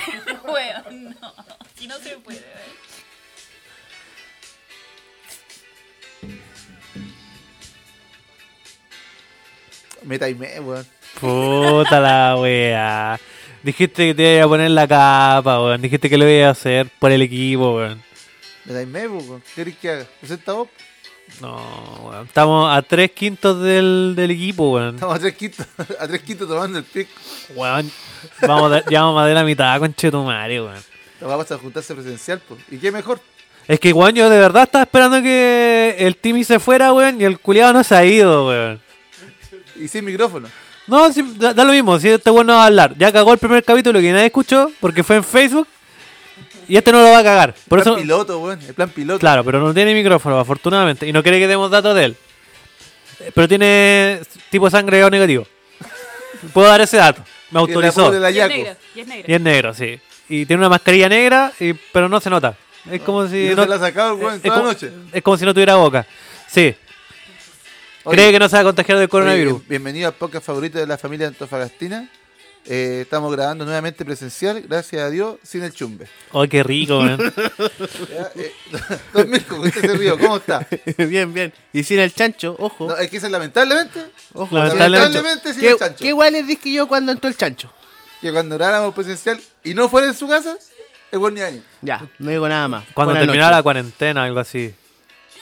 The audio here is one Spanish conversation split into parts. ¿eh? me taimé, weón. Puta la wea. Dijiste que te iba a poner la capa, weón. Dijiste que lo iba a hacer por el equipo, weón. Me taimé, po, pues, weón. ¿Qué querés que haga? Pues ¿Usted está vos? No, weón. Estamos a tres quintos del, del equipo, weón. Estamos a tres quitos, a tres quitos tomando el pico. Weón. Vamos a- ya vamos más de la mitad, conchetumare, weón. La vamos a juntarse presencial, pues. ¿Y qué mejor? Es que, weón, yo de verdad estaba esperando que el Timmy se fuera, weón, y el culiado no se ha ido, weón. Y sin micrófono. No, sí, da, da lo mismo, si este weón no va a hablar. Ya cagó el primer capítulo que nadie escuchó porque fue en Facebook y este no lo va a cagar. Por el plan eso, piloto, weón. El plan piloto. claro, pero no tiene micrófono, afortunadamente, y no quiere que demos datos de él. Eh, Pero tiene tipo sangre o negativo. Puedo dar ese dato, me Y la foto autorizó. de la Y es Yaco. negro, y es negro. Y es negro, sí. Y tiene una mascarilla negra, y- pero no se nota. Es como si. Y no se la ha sacado, weón, es toda como- noche. Es como si no tuviera boca. Sí. Oye, Cree que no se va a contagiar del oye, coronavirus. bien- bienvenido al podcast favorito de la familia Antofagastina. Eh, estamos grabando nuevamente presencial, gracias a Dios, sin el chumbe. Ay, qué rico, weón. Ya, eh, don Mirko, ¿qué se rió? ¿Cómo está? bien, bien. Y sin el chancho, ojo. No, es que ese, lamentablemente, ojo Lamentablemente. lamentablemente sin ¿Qué, el chancho. qué igual les dije yo cuando entró el chancho? Que cuando grabáramos presencial y no fuera en su casa, es buen ni año. Ya, no digo nada más. Cuando Buenas terminara la noches. cuarentena, algo así.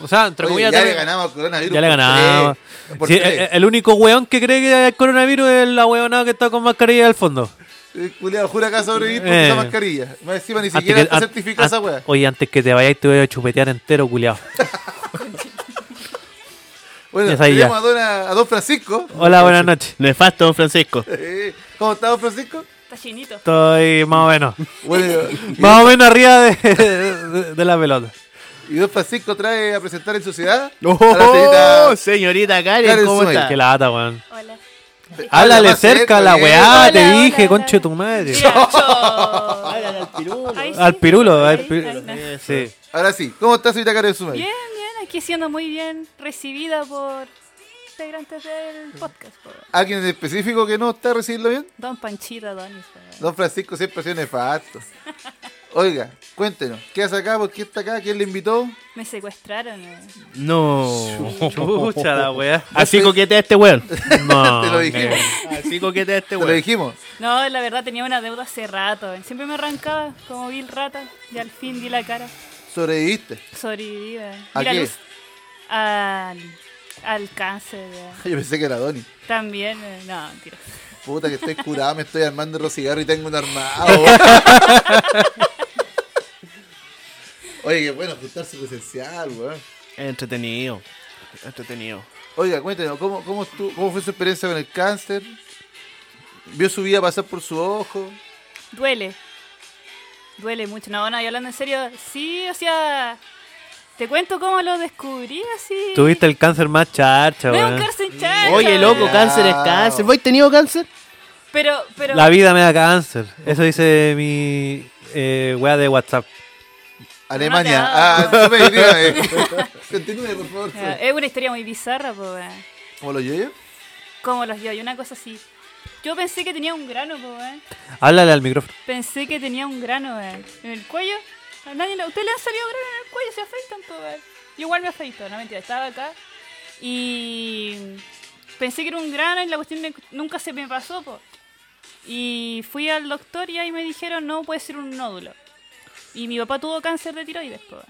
O sea, entre Oye, comillas. ya le también- ganamos al coronavirus. Ya le por ganamos. tres, por Sí, tres. el, el único weón que cree que el coronavirus es la weonada que está con mascarilla al fondo. El culiao jura que ha sobrevivido con Eh. esa mascarilla. Más encima ni Antes siquiera está an- certificada an- esa weá. Oye, antes que te vayáis, te voy a chupetear entero, culiao. Bueno, esa ahí ya. tenemos a don, a don Francisco. Hola, buenas noches. Nefasto, don Francisco. Eh, ¿Cómo está don Francisco? Está chinito. Estoy más o menos. Bueno, Más o menos arriba de, de- de la pelota. y don Francisco trae a presentar en sociedad Oh, Ojo, a la señorita- ¡Oh, señorita Karen, Karen ¿cómo Suárez. está? Qué lata, weón. Hola. Háblale más cerca a la bien. weá, Hola, Ah, te hola, dije, hola. conche tu madre. Chacho. Ahí sí. Al pirulo, al Ahí, pirulo. ahí está. Sí. Ahora sí, ¿cómo está señorita Karen Sumay? Bien, bien, aquí siendo muy bien recibida por integrantes del podcast. po. ¿Alguien en específico que no está recibiendo bien? Don Panchito, Donis. po. Don Francisco siempre ha sido nefasto. Oiga, cuéntenos, ¿qué hace acá? ¿Por qué está acá? ¿Quién le invitó? Me secuestraron. eh. No. Chucha la weá. Así coquetea este weón. No. Oh, Te lo dijimos. Así coquetea este Te lo weón. dijimos. No, la verdad tenía una deuda hace rato. eh. Siempre me arrancaba como vil rata y al fin di la cara. Sobreviviste. Sobrevivida. ¿A Vi la qué? luz. Al, al cáncer. eh. Yo pensé que era Donny. También, eh, no, mentira. Puta que estoy curado, me estoy armando los cigarros y tengo un armado. weón. Oye, qué bueno juntarse presencial, weón. Entretenido. Entretenido. Oiga, cuéntenos, ¿cómo, cómo, estu- ¿cómo fue su experiencia con el cáncer? ¿Vio su vida pasar por su ojo? Duele. Duele mucho. No, no, y hablando en serio, sí, o sea, te cuento cómo lo descubrí así. Tuviste el cáncer más charcha, Me da un weón. cáncer chacha, Oye, loco, Chao. cáncer es cáncer. ¿Vos has tenido cáncer? Pero, pero, La vida me da cáncer. Eso dice mi eh, weá de WhatsApp. Alemania. No te ah, hago. Sumey, dígame. Continúe, por favor. ya, es una historia muy bizarra, po, weón. ¿Cómo lo llevo? Como los yo, y una cosa así. Yo pensé que tenía un grano, po, weón. Háblale al micrófono. Pensé que tenía un grano, weón. En el cuello. A nadie le... ¿Ustedes le han salido grano en el cuello? ¿Se afeitan, po, weón? Yo igual me afeito, no mentira, estaba acá. Y pensé que era un grano y la cuestión de- nunca se me pasó, po. Y fui al doctor y ahí me dijeron, no, puede ser un nódulo. Y mi papá tuvo cáncer de tiroides, po. weón.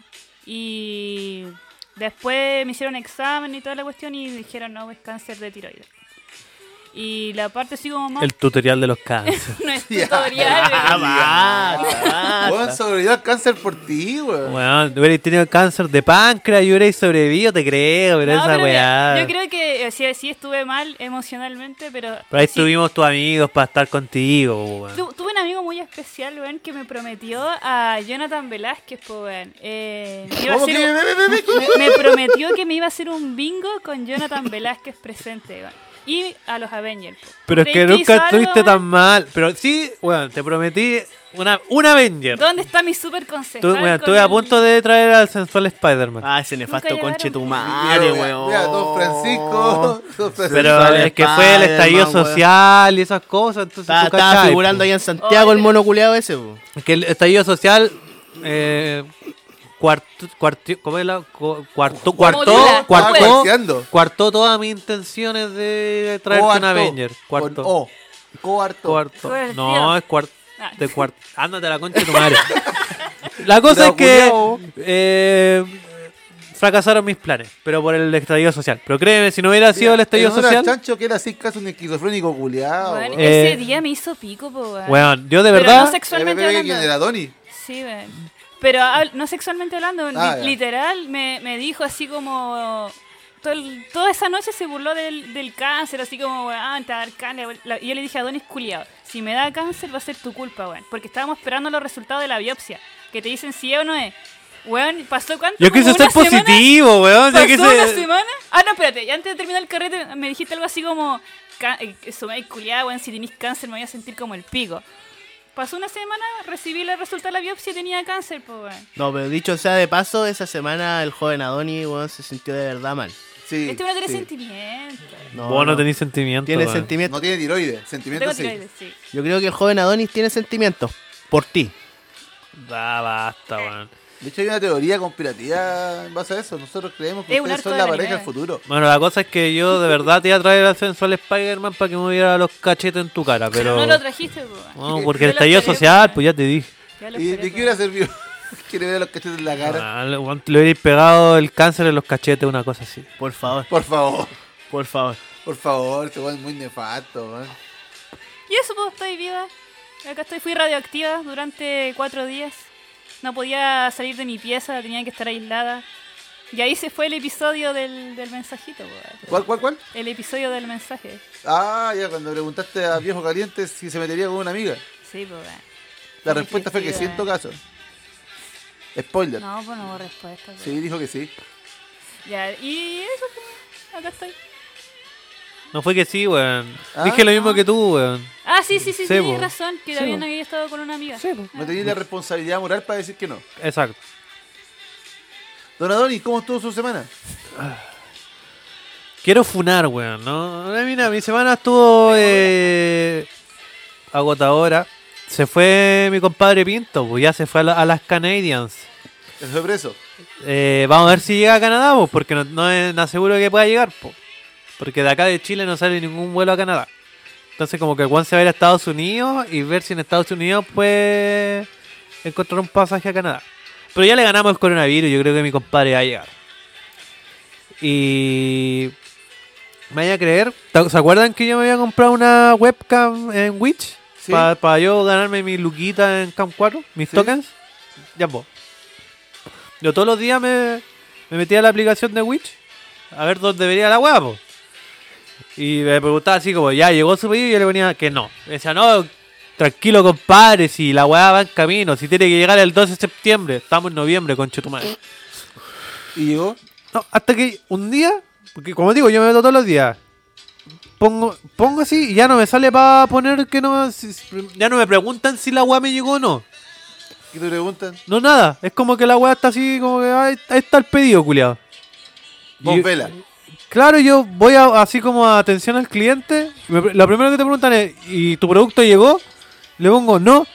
Y después me hicieron examen y toda la cuestión y dijeron, no, es cáncer de tiroides. Y la parte así como más... El tutorial de los cánceres. No es Ya. tutorial. Ah, basta, Weón, basta. sobrevivió al cáncer por ti, weón. Weón, hubierais tenido cáncer de páncreas y hubierais sobrevivido, te creo, pero No, esa pero mira, weá. yo creo que eh, sí, sí estuve mal emocionalmente, pero. Pero ahí sí, estuvimos tus amigos para estar contigo, weón. tu- tuve un amigo muy especial, weón, que me prometió a Jonathan Velázquez, po, weón. Eh, me iba a ¿Cómo hacer que? un- Ve, ve, ve, ve. me, me prometió que me iba a hacer un bingo con Jonathan Velázquez presente, weón. Y a los Avengers. po. Pero es que ¿Crees hizo nunca estuviste algo, tan weón? mal. Pero sí, weón, te prometí una, una Avenger. ¿Dónde está mi super concejal? Tú- weón, con estuve a el- punto de traer al sensual Spider-Man. Ah, ese nefasto Nunca conche tu llegaron. madre, Mira, weón. mira, don Francisco. Don Francisco. Pero Sensual es que fue el estallido Spider-Man, weón. social y esas cosas. Entonces Estaba, tú estaba cachai, figurando po. ahí en Santiago el mono culeado ese, po. Es que el estallido social eh, cuarto, cuarto, ¿cómo es la? cu- Cuarto, cuarto, modula. Estaba cuarto, cuarteando. cuarto todas mis intenciones de traerte un Coartó. Avenger. Cuarto. Con O. Coarto. Cuarto. Coerción. No, es cuarto. Ah. De cuarto. Ándate a la concha de tu madre. La cosa es que Culeado. eh, fracasaron mis planes, pero por el estallido social. Pero créeme, si no hubiera sido el estallido En honor al social, chancho que era así casi un esquizofrénico culiado. Weón, Eh, ese día me hizo pico, po, weón. weón, yo de Pero verdad, no sexualmente ¿Quién hablando. eh, era Donny? Sí, weón. Pero hab- no sexualmente hablando, Ah, li- ya. literal me, me dijo así como... todo el- toda esa noche se burló del, del cáncer, así como, weón, ah, te va a dar cáncer. la- Y yo le dije a Donis culiado, si me da cáncer va a ser tu culpa, weón. Porque estábamos esperando los resultados de la biopsia, que te dicen si es o no es. Weón, ¿pasó cuánto? yo quise Como ser una semana. positivo, weón. Yo ¿Pasó una quise... semana? Ah, no, espérate. y Antes de terminar el carrete me dijiste algo así como... ca- eh, Eso me culiada, weón. Si tenés cáncer me voy a sentir como el pico. Pasó una semana, recibí el resultado de la biopsia y tenía cáncer, pues, weón. No, pero dicho sea de paso, esa semana el joven Adoni weón, se sintió de verdad mal. Sí. Este weón tiene sí. sentimiento. No, Vos no no. tenés sentimiento. Tiene weón. sentimientos. No tiene tiroides. No Sentimientos tengo sí. tiroides, sí. Yo creo que el joven Adonis tiene sentimientos. Por ti. Da, basta, Eh. weón. De hecho, hay una teoría conspirativa en base a eso. Nosotros creemos que Es un ustedes arco de son la la pareja nieve. del futuro. Bueno, la cosa es que yo de verdad te iba a traer al sensual Spider-Man para que me hubiera los cachetes en tu cara, Pero pero... no lo trajiste, pues, weón. No, porque Yo el lo estallido esperé, social, weón. pues ya te dije. Ya lo ¿Y esperé, de qué pues. hubiera servido? Quiere ver a los cachetes en la cara. Ah, le weón, te le hubierais pegado el cáncer en los cachetes, una cosa así. Por favor. Por favor. Por favor. Por favor, se van muy nefasto. weón. Y eso, pues, estoy viva. Acá estoy, fui radioactiva durante cuatro días. No podía salir de mi pieza, tenía que estar aislada. Y ahí se fue el episodio del, del mensajito, weón. ¿Cuál, cuál, cuál? El episodio del mensaje. Ah, ya cuando preguntaste a Viejo Caliente si se metería con una amiga. Sí, pues. weón. La respuesta fue que Difícil, siento weón. casos. Spoiler. No, pues no hubo respuesta. weón. Sí, dijo que sí. Ya, y eso, pues, weón. acá estoy. No fue que sí, weón. Ah. Dije lo mismo que tú, weón. Ah, sí, sí, sí, Sí, pues. tienes po. razón, que Sí, también po. había estado con una amiga. No tenía la responsabilidad moral para decir que no. Exacto. Don Adonis, ¿cómo estuvo su semana? Quiero funar, weón, ¿no? Eh, Mira, mi semana estuvo eh, agotadora. Se fue mi compadre Pinto, pues ya se fue a, la- a las Canadians. Se fue preso. Eh, vamos a ver si llega a Canadá, pues, porque no, no es no aseguro que pueda llegar, pues. Porque de acá de Chile no sale ningún vuelo a Canadá. Entonces como que Juan se va a ir a Estados Unidos y ver si en Estados Unidos puede encontrar un pasaje a Canadá. Pero ya le ganamos el coronavirus, yo creo que mi compadre va a llegar. Y me vaya a creer, ¿se acuerdan que yo me había comprado una webcam en Witch? Sí. Para yo ganarme mi luquita en Camp 4, mis Sí. tokens. Ya vos. Yo todos los días me, me metía a la aplicación de Witch a ver dónde venía la hueá, po. Y me preguntaba así como, ya llegó su pedido y yo le ponía que no. Me decía, no, tranquilo compadre, si la weá va en camino, si tiene que llegar el 12 de septiembre, estamos en noviembre, conche tu madre. Y llegó. No, hasta que un día, porque como digo, yo me meto todos los días. Pongo, pongo así y ya no me sale para poner que no. si- si- Ya no me preguntan si la weá me llegó o no. ¿Qué te preguntan? No, nada. Es como que la weá está así, como que "Ay, ahí está el pedido, culiado. Vos vela. Claro, yo voy a- así como a atención al cliente. me pre- lo primero que te preguntan es, ¿y tu producto llegó? Le pongo, no.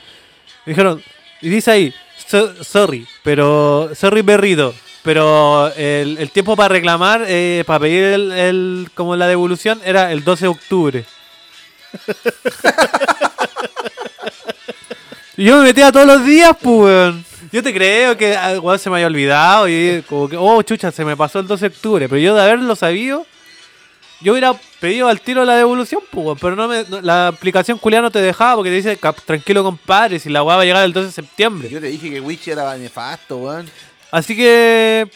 Me dijeron, y dice ahí, "So- sorry, pero, sorry berrido. Pero el, el tiempo para reclamar, eh, para pedir el, el- como la devolución, era el 12 de octubre. Y yo me metía todos los días, pues, weón. Yo te creo que ah, weón, se me había olvidado y como que, oh, chucha, se me pasó el 12 de octubre. Pero yo de haberlo sabido, yo hubiera pedido al tiro la devolución, pues, weón. Pero no me, no- la aplicación culia no te dejaba porque te dice, "Cap- tranquilo, compadre, si la weá va a llegar el 12 de septiembre. Yo te dije que Witch era nefasto, weón. Así que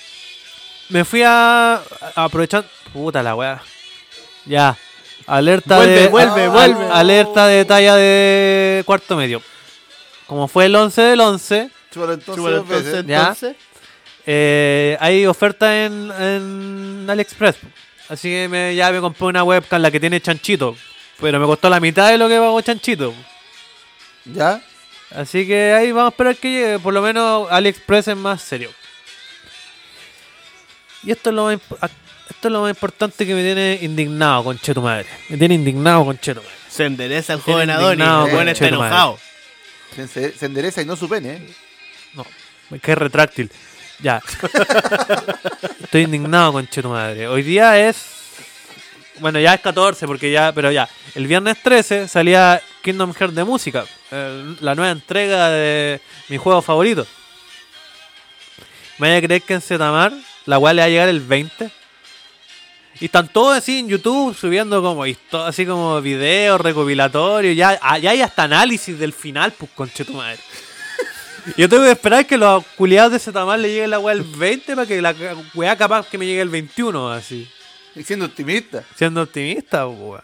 me fui a, aprovechar Puta la weá. Ya. Alerta Vuelve, de. vuelve, al- vuelve. Alerta de talla de cuarto medio. Como fue el 11 del 11. Chúpalo entonces Chúpalo, dos veces. entonces, Ya. entonces. Eh, hay oferta en, en AliExpress. Así que me- ya me compré una webcam, la que tiene Chanchito. Pero me costó la mitad de lo que pagó Chanchito. ¿Ya? Así que ahí vamos a esperar que llegue. Por lo menos AliExpress es más serio. Y esto es lo más, imp- esto es lo más importante que me tiene indignado, conche tu madre. Me tiene indignado, conche tu madre. Se endereza el Estoy joven Adonis. indignado, El joven concha está de tu madre. enojado. Se, ence- se endereza y no su pene, ¿eh? No, que es retráctil. Ya. Estoy indignado con tu madre. Hoy día es. Bueno, ya es 14, porque ya. Pero ya. El viernes 13 salía Kingdom Hearts de música. eh, la nueva entrega de mi juego favorito. Me vaya a creer que en Zetamar la cual le va a llegar el 20. Y están todos así en YouTube subiendo como histo- así como videos recopilatorios. Ya, ah, ya hay hasta análisis del final, pues conche tu madre. Yo tengo que esperar que los culiados de Zetamar le llegue la weá el 20 para que la weá capaz que me llegue el 21, así. Y ¿eh? siendo optimista. Siendo optimista, pues, weá.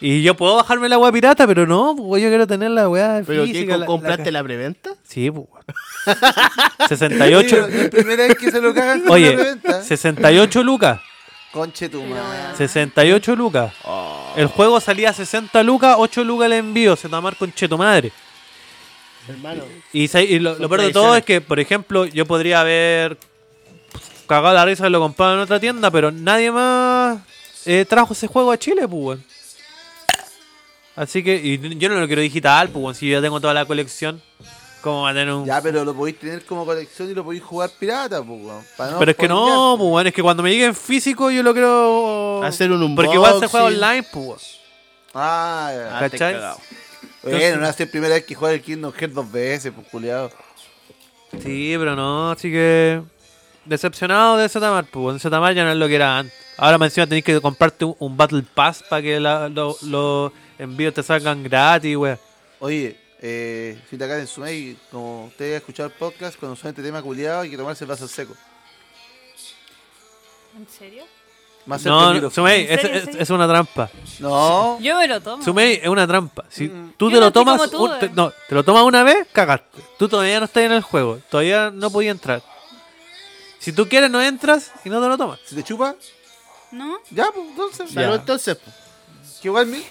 Y yo puedo bajarme la weá pirata, pero no, pues, yo quiero tener la weá ¿Pero qué? física. ¿co- la- ¿Compraste la... la preventa? Sí, pues, weón. 68... Oye, la primera vez que se lo cagan con la Oye, reventa. 68 lucas. Conche tu madre. 68 lucas. Oh. El juego salía a 60 lucas, 8 lucas el envío, se tomar con cheto madre. Hermano. Y, se- y lo, Son lo peor de todo tradiciones. es que, por ejemplo, yo podría haber cagado la risa y lo comprado en otra tienda, pero nadie más eh, trajo ese juego a Chile, pues. weón. Así que, y yo no lo quiero digital, pues, weón, si yo ya tengo toda la colección, ¿cómo va a tener un Ya, pero lo podéis tener como colección y lo podéis jugar pirata, pues, weón. pa' Pero es que no, spoilear. pues, weón, es que cuando me llegue en físico yo lo quiero... Hacer un Porque igual se juega unboxing. online, pues. weón. Ah, ya. Ah, te ¿Cachai? cagao. Bueno, no es la primera vez que juega el Kingdom Hearts dos veces, pues, culiado. Sí, pero no, así que. Decepcionado de Zetamar, pues bueno, Zetamar ya no es lo que era antes. Ahora más encima tenés que comprarte un, un Battle Pass para que la- lo- los envíos te salgan gratis, wey. Oye, eh, Fita Karen Sumei, como usted ha escuchado el podcast, cuando suena este tema culiado hay que tomarse el vaso seco. Ah, ¿En serio? Más cerca No, del no, micrófono. Sumei, ¿En es, serio, en es- serio? es una trampa. No. Yo me lo tomo. Sumei es una trampa. Si tú Yo te no lo estoy tomas, como tú, un- te- eh. no, te lo tomas una vez, cagaste. Tú todavía no estás en el juego, todavía no podías entrar. Si tú quieres, no entras y no te lo tomas. Si te chupa, ¿No? ya, pues, entonces. Salud, Ya. entonces. po. Que igual, mi.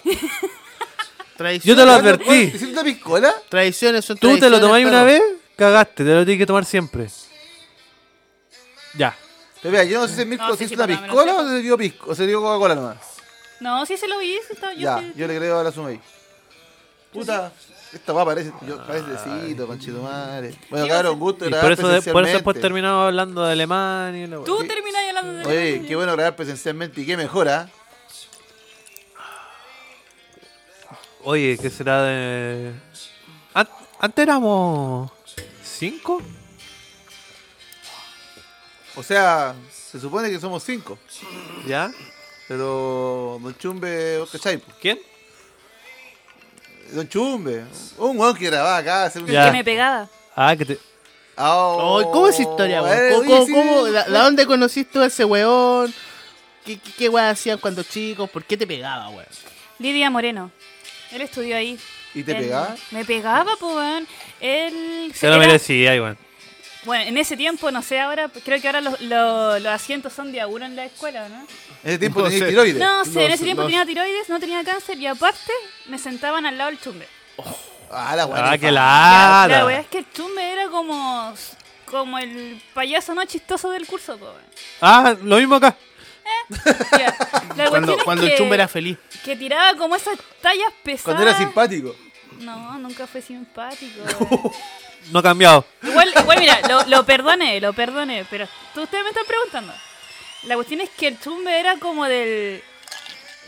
Traición. Yo te lo Bueno, advertí. bueno, ¿Hiciste una piscola? Traiciones son Tú te lo traiciones, tomás una perro. vez, cagaste, te lo tienes que tomar siempre. Ya. Pero mira, yo no sé si el Mirko No, se sí, hizo sí, una para, me lo seco. piscola o se dio pisco, o se dio Coca-Cola nomás. No, sí se lo vi. sí estaba- yo ya, sí- yo le creo a la Sumei. Puta, esta va parece, yo, parece decito, conchito madre. Bueno, Sí, cabrón, sí. un gusto Y grabar por eso, de- por eso después presencialmente. terminamos hablando de alemán y la wea. Tú Sí. terminás hablando de Oye, qué bueno grabar presencialmente y qué ¿ah? mejora. Oye, ¿qué será de...? An- Antes éramos... ¿Cinco? O sea, se supone que somos cinco. ¿Ya? Pero Don Chumbe, ¿vos ¿cachai? po? ¿Quién? Don Chumbe, un weón que grababa acá, hacer un Ya. Que me pegaba. Ah, que te... Oh, Ay, ¿Cómo es esa historia, eh, weón? oye, ¿Cómo, sí, cómo- la, la dónde conociste a ese weón? ¿Qué, qué, qué weón hacían cuando chicos? ¿Por qué te pegaba, weón? Lidia Moreno. Él estudió ahí. ¿Y te Él- pegaba? Me pegaba, pues, weón. Él. Se lo era- merecía, igual. Bueno, en ese tiempo, no sé ahora, creo que ahora los, los, los asientos son de a uno en la escuela, ¿no? En ese tiempo No tenía sé. tiroides. No sé, en No, ese tiempo no. tenía tiroides, no tenía cáncer y aparte me sentaban al lado del chumbe. Ah, la weá. Ah, que que fa- Ya, La verdad la... es que el chumbe era como, como el payaso no chistoso del curso, po, weón. Ah, lo mismo acá. Ya, La Cuando, cuestión es cuando que, el chumbo era feliz. que tiraba como esas tallas pesadas. Cuando era simpático. No, nunca fue simpático. weón. No ha cambiado. Igual, igual mira, lo, lo perdoné, lo perdoné, pero tú- ustedes me están preguntando. La cuestión es que el chumbe era como del...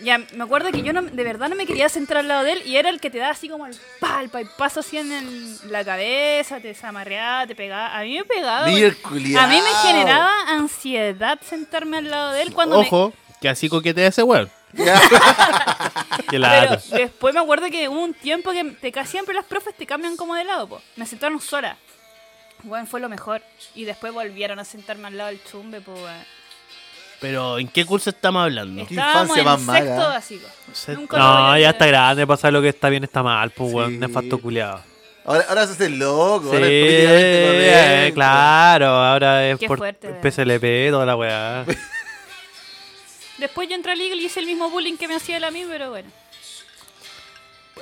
Ya, me acuerdo que yo no, de verdad no me quería sentar al lado de él y era el que te daba así como el palpa y paso así en el- la cabeza, te desamarreaba, te pegaba. A mí me pegaba. Mira güey. el culiao. A mí me generaba ansiedad sentarme al lado de él cuando me- Ojo, que así coquetea ese weón. Ya. Que Ah, Pero la... después me acuerdo que hubo un tiempo que te, ca- siempre las profes te cambian como de lado, po. Me sentaron sola. Bueno, fue lo mejor. Y después volvieron a sentarme al lado del chumbe, po, weón. Pero ¿en qué curso estamos hablando? Qué Estábamos infancia en más sexto mala. básico. Sexto. Nunca lo voy No, a ya olvidar. está grande, pasa lo que está bien está mal, pues, Sí. weón. Nefasto culiado. Ahora, ahora se hace loco. ahora es políticamente Sí, correcto. eh, claro, ahora es Qué por fuerte, ¿verdad? PSLP, toda la weá. Después yo entré al Eagle y hice el mismo bullying que me hacía él a mí, pero bueno.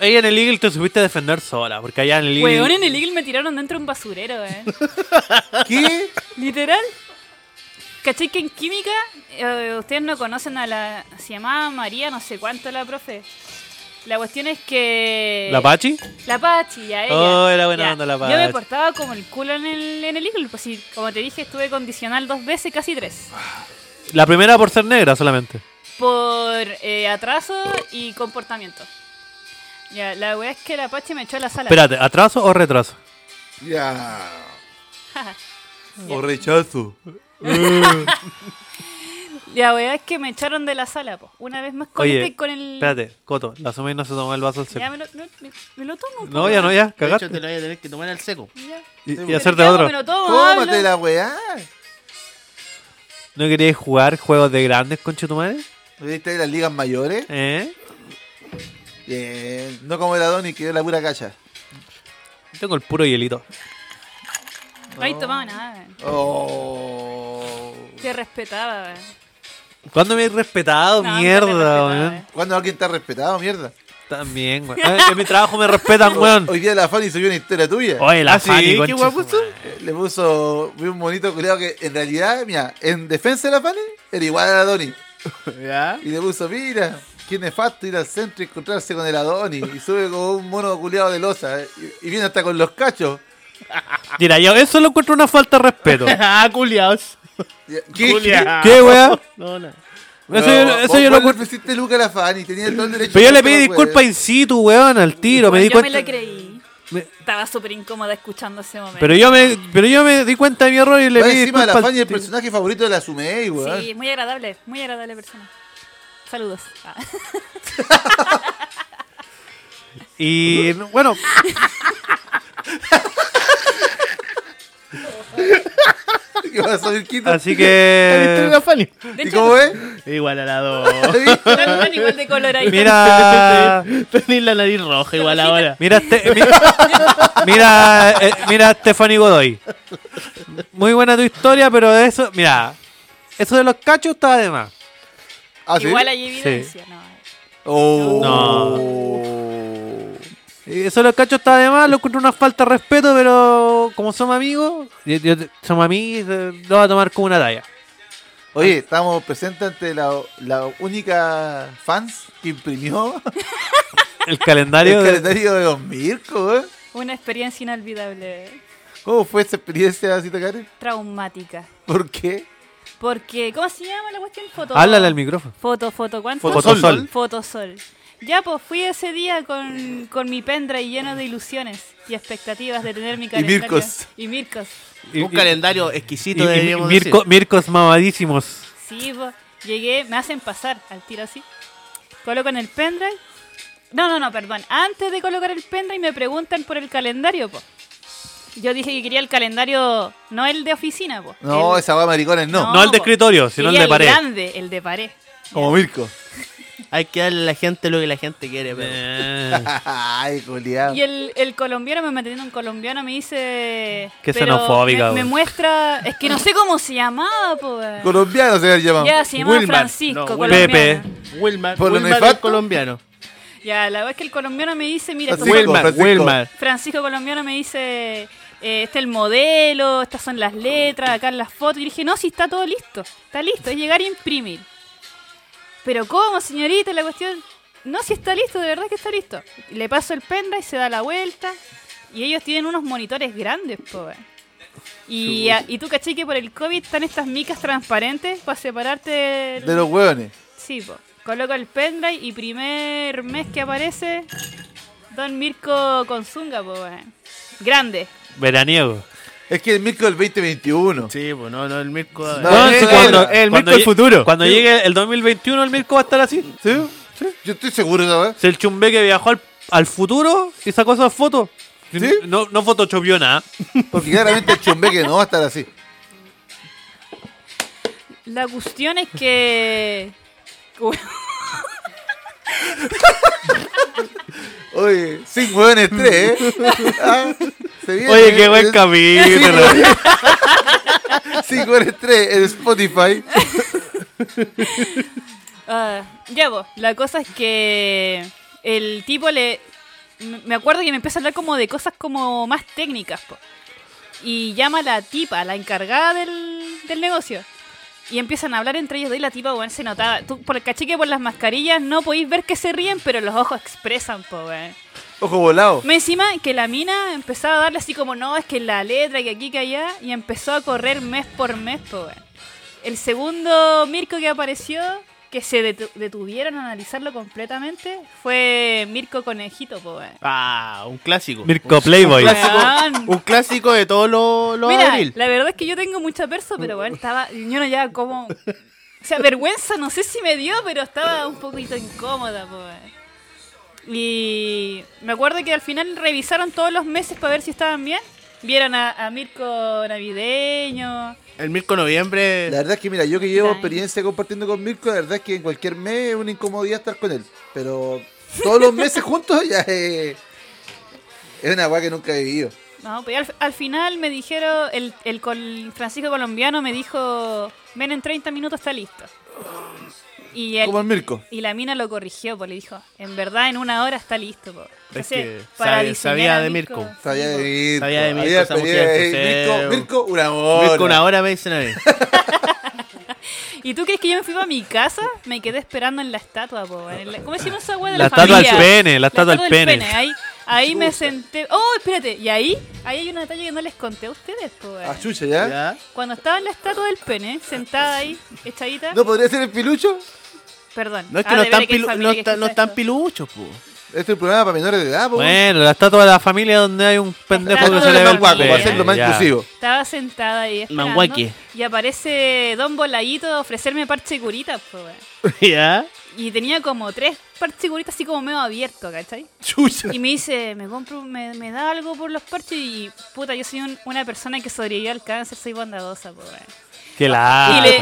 Ella en el Eagle te subiste a defender sola, porque allá en el Eagle. Weón, en el Eagle me tiraron dentro de un basurero, weón. ¿Qué? Literal. ¿Cachai que en química eh, ustedes no conocen a la... Se llamaba María, no sé cuánto la profe. La cuestión es que. ¿La Pachi? La Pachi, ya ella. Oh, era buena onda la Yo me Pachi. portaba como el culo en el, en el Eagle, pues sí, como te dije, estuve condicional dos veces, casi tres. La primera por ser negra solamente. Por eh, atraso y comportamiento. Ya, la weá es que la Pachi me echó a la sala. Espérate, ¿atraso o retraso? Ya. Jaja. O rechazo. la weá es que me echaron de la sala, po. Una vez más Oye, conecté con el. Espérate, Coto, la suma y no se tomó el vaso al seco. Ya me lo, no, me, me lo tomo. po, No, ya no, ya, De hecho, cagaste. te lo voy a tener que tomar al seco. Ya. Y, y Pero hacerte ¿qué hago? otro. Me lo tomo, Tómate Oh, hablo. la weá. ¿No querías jugar juegos de grandes, conche tu madre? ¿Viste las ligas mayores? ¿Eh? Bien. No como el Adonis, que dio la pura cacha. Tengo el puro hielito. No hay tomado nada, weón. Oh. Te respetaba, weón. ¿Cuándo me he respetado? No, nunca te eh. Mierda, respetaba, weón. weón. ¿Cuándo alguien está respetado, mierda? También, weón. Ay, En mi trabajo me respetan, weón. Hoy día la Fanny subió una historia tuya. Oye, la Ah, sí, Fanny, qué conche su guapo tú. madre. Le puso vi un bonito culiado que en realidad, mira, en defensa de la Fanny, era igual al Adonis. ¿Ya? Y le puso, mira, qué nefasto ir al centro y encontrarse con el Adonis. Y sube como un mono culiado de losa. eh, Y, y viene hasta con los cachos. Mira, yo eso lo encuentro una falta de respeto. ah, culiados. Y- Culiados. ¿Qué, weón? No, no. Eso yo, eso Vos yo lo le encuentro. hiciste Luca a la Fanny, tenía todo pues. el derecho. Pero yo a le hacer pedí lo que disculpas puede. in situ, weón, al tiro. Me Weón, di yo cuenta. me la creí. me- Estaba súper incómoda escuchando ese momento. Pero yo me, pero yo me di cuenta de mi error y le Va pedí encima la disculpas. Fanny es el al ti- personaje favorito de la Sumei, weón. Sí, muy agradable, muy agradable persona. Saludos. Ah. Y no- bueno, ¿Qué pasó, Virquito? así ¿Cuál es que la Fanny? De ¿Y hecho, cómo es? Igual a la dos. ¿Sí? eran- eran igual de coloraditos. mira, Tenés la nariz roja igual ahora. mira este, mi- mira, eh, mira Stephanie Godoy. Muy buena tu historia, pero eso, mira, eso de los cachos está de más. ¿Ah, sí? Igual hay evidencia. No. eh. Oh. Eso de los cachos está de más, lo encuentro una falta de respeto, pero como somos amigos, yo- yo te- somos amigos, eh, lo va a tomar como una talla. Oye, estamos presentes ante la, la única fans que imprimió El el calendario, de- calendario de Don Mirko, ¿eh? Una experiencia inolvidable, ¿Cómo fue esa experiencia, Cito Karen? traumática. ¿Por qué? Porque, ¿cómo se llama la cuestión? Foto. háblale al micrófono. Foto, foto, ¿cuánto? Fotosol. Fotosol. Fotosol. Ya, pues fui ese día con, con mi pendrive lleno de ilusiones y expectativas de tener mi calendario. Mircos. Y Mircos. Y- Un y- calendario Y- exquisito, y- deberíamos Mirko- Mircos mamadísimos. Sí, po. llegué, me hacen pasar al tiro así. Colocan el pendrive. No, no, no, perdón. Antes de colocar el pendrive me preguntan por el calendario, po. Yo dije que quería el calendario, no el de oficina, po. No, El- esa va maricones no. No, el de po. escritorio, sino el Quería de pared. grande, el de pared. Como Mirko. decir. Hay que darle a la gente lo que la gente quiere, pero. Eh, Ay, culiado. Y el, el colombiano, me manteniendo un colombiano, me dice... Qué pero xenofóbica, Me, me weón. muestra... Es que no sé cómo se llamaba, po. weón. Colombiano se llama. Ya, se llamaba Wilmar. Francisco, No, colombiano. Pepe. Wilmar, Por lo Wilmar nefasto. es colombiano. Ya, la verdad es que el colombiano me dice, mira... Francisco, somos- Wilmar, Francisco. Wilmar. Francisco Colombiano me dice, eh, está el modelo, estas son las letras, acá en las fotos. Y dije, no, si está todo listo, está listo, es llegar y imprimir. Pero ¿cómo, señorita? La cuestión, no, si está listo, de verdad que está listo. Le paso el pendrive, se da la vuelta y ellos tienen unos monitores grandes, pobre. Y, a- y tú caché que por el COVID están estas micas transparentes para separarte del- De los hueones. Sí, po. Coloco el pendrive y primer mes que aparece Don Mirko con Zunga, po, weón. Grande. Veraniego. Es que el Mirko del 2021. Sí, pues no, no, el Mirko. No, Eh, sí, eh, cuando- el cuando Mirko del lle- futuro. Cuando llegue el 2021, el Mirko va a estar así. ¿Sí? Yo estoy seguro, ¿sabes? Si el chumbe que viajó al, al futuro y sacó esas fotos. ¿Sí? No, no photoshopió nada. Porque claramente el chumbeque no va a estar así. La cuestión es que. Oye, sin hueones tres, ¿eh? Ah, se viene, Oye, qué buen Es- capítulo. Sin hueones tres en Spotify. Ah, ya, po. La cosa es que. El tipo le. m- Me acuerdo que me empieza a hablar como de cosas como más técnicas, po. Y llama a la tipa, la encargada del, del negocio. Y empiezan a hablar entre ellos. Y la tipa, weón, se notaba. Tú, por el cachique, por las mascarillas, no podéis ver que se ríen, pero los ojos expresan, po, weón. Ojo volado. Me encima que la mina empezaba a darle así como, no, es que la letra, que aquí, que allá, y empezó a correr mes por mes, po, weón. El segundo Mirko que apareció, que se detu- detuvieron a analizarlo completamente, fue Mirko Conejito, po, weón. Ah, un clásico. Mirko Un- Playboy. Un clásico, Weón. un clásico de todos los los Mira, abril. la verdad es que yo tengo mucha perso, pero bueno, estaba, yo no ya como... O sea, vergüenza, no sé si me dio, pero estaba un poquito incómoda, po, weón. Y me acuerdo que al final revisaron todos los meses para ver si estaban bien. Vieron a, a Mirko navideño. El Mirko Noviembre. La verdad es que, mira, yo que llevo Nice. experiencia compartiendo con Mirko, la verdad es que en cualquier mes es una incomodidad estar con él. Pero todos los meses juntos ya es. Es una weá que nunca he vivido. No, pues al, al final me dijeron, el, el col- Francisco colombiano me dijo, ven en 30 minutos está listo. Y el, Como el Mirko. Y la mina lo corrigió, pues le dijo, en verdad en una hora está listo. po". que sabe- diseñar sabía a de Mirko. Sabía de Mirko. Sabía de Mirko, esa sabía mujer, de sí. Mirko, Mirko, un amor. Mirko una hora me dicen a mí. ¿Y tú crees que yo me fui para mi casa? Me quedé esperando en la estatua, po, en la- ¿cómo se llama esa weá de la, La estatua al familia? pene, la estatua al del pene. Ahí, ahí me senté. ¡Oh, espérate! Y ahí, ahí hay una detalle que no les conté a ustedes, po, weón. Ah, chucha, ¿ya? ¿Ya? Cuando estaba en la estatua del pene, sentada ahí, echadita. ¿No pues, podría ser el pilucho? Perdón. No es que Ah, no de están, veras hay pilu- familia no, que está- no escucha están esto. piluchos, po. Este es un programa para menores de edad, po. Bueno, la estatua de la familia donde hay un pendejo Claro, Para que se no le hacerlo ve más el Manguaco, guaco, pene, para hacerlo más ya. inclusivo. Estaba sentada ahí esperando, Manguaque. y aparece Don Boladito a ofrecerme parche curita, po, weón. ¿Ya? Y tenía como tres parches curitas así como medio abierto, ¿cachai? Chucha. Y me dice, me compro, me, me da algo por los parches y puta, yo soy un- una persona que sobrevivió al cáncer, soy bondadosa, po, weón. Que la. Ah, Y le,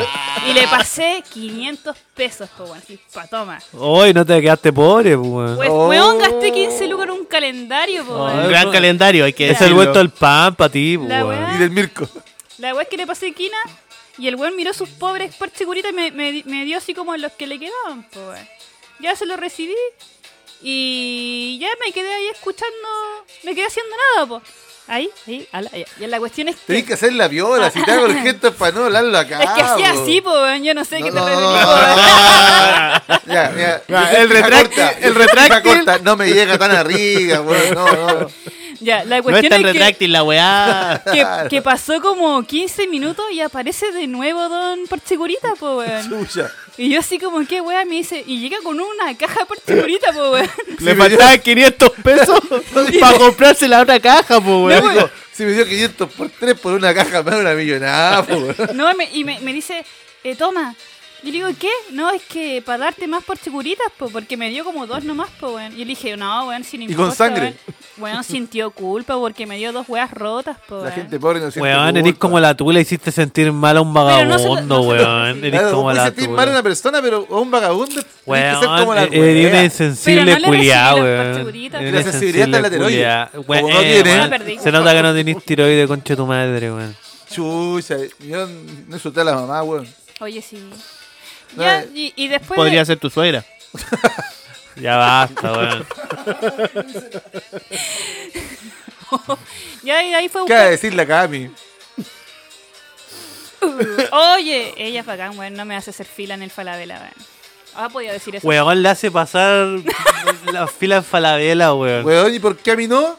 y le pasé 500 pesos, po, weón. Así, pa, toma. Hoy no te quedaste pobre, pues. Pues, Oh. weón, gasté 15 lucas en un calendario, po, Ay, Un weón. gran no. calendario, hay que Es el decirlo. vuelto al pan para ti, pues. La weón. weá. Y del Mirko. La weá es que le pasé quina y el weón miró sus pobres parches curitas y me, me di- me dio así como los que le quedaban, po, weón. Ya se lo recibí y ya me quedé ahí escuchando, me quedé haciendo nada, po. Ahí, ahí, ala, ya. Y la cuestión es que... Tenés que hacer la viola, si te hago el gesto para no hablarlo acá. Es que hacía po. así, po, weón. Yo no sé No, qué te no, no, referís, no, po, no, weón. no, no. Ya, ya. Ya, Yo el soy hija retráctil- corta, el yo soy hija retráctil. corta, No me llega tan arriba, weón. No, no. Ya, la No es cuestión tan es que, retráctil la weá. que, que pasó como 15 minutos y aparece de nuevo Don Parchegurita, po, weón. Chucha. Y yo así como, ¿qué weón? Me dice, y llega con una caja de Parchegurita, po, weón. Le faltaban 500 pesos para comprarse la otra caja, po, Yo weón. digo, si me dio 500 por 3 por una caja, me da una millonada, po, weón. No, me- y me, me dice, eh, toma. Yo le digo, ¿qué? No, es que para darte más por seguritas, po, porque me dio como dos nomás, po, weón. Y yo le dije, no, weón, sin Y importa. con sangre. Weón, Weón, sintió culpa porque me dio dos weas rotas, po, La weón. gente pobre no siente Weón, eres culpa. como la tú, le hiciste sentir mal a un Pero no se lo- no vagabundo, se lo- weón. Eres Claro, como vos la puedes sentir tú. mal a una persona, pero a un vagabundo tenés que ser como Weón, e-, eh, la eres wea. una insensible Pero no le culiá, recibí las weón. partituritas. Eres La sensibilidad está en la insensible tiroides. culiá. Como Weón, no eh, tiene- weón, No perdí. Se nota que no tenés tiroides, concha de tu madre, weón. Chucha, yo no insulté a la mamá, weón. Oye, sí. No, Ya, eh, y, y después... de- Podría ser tu suegra. Ya basta, weón. ya, y ahí fue a ¿Qué va a buscar... decir la Cami? Oye, ella es bacán, weón, no me hace hacer fila en el Falabella, weón. Ah, podía decir eso. Weón le hace pasar la fila en Falabella, weón. Weón, ¿y por qué a mí no?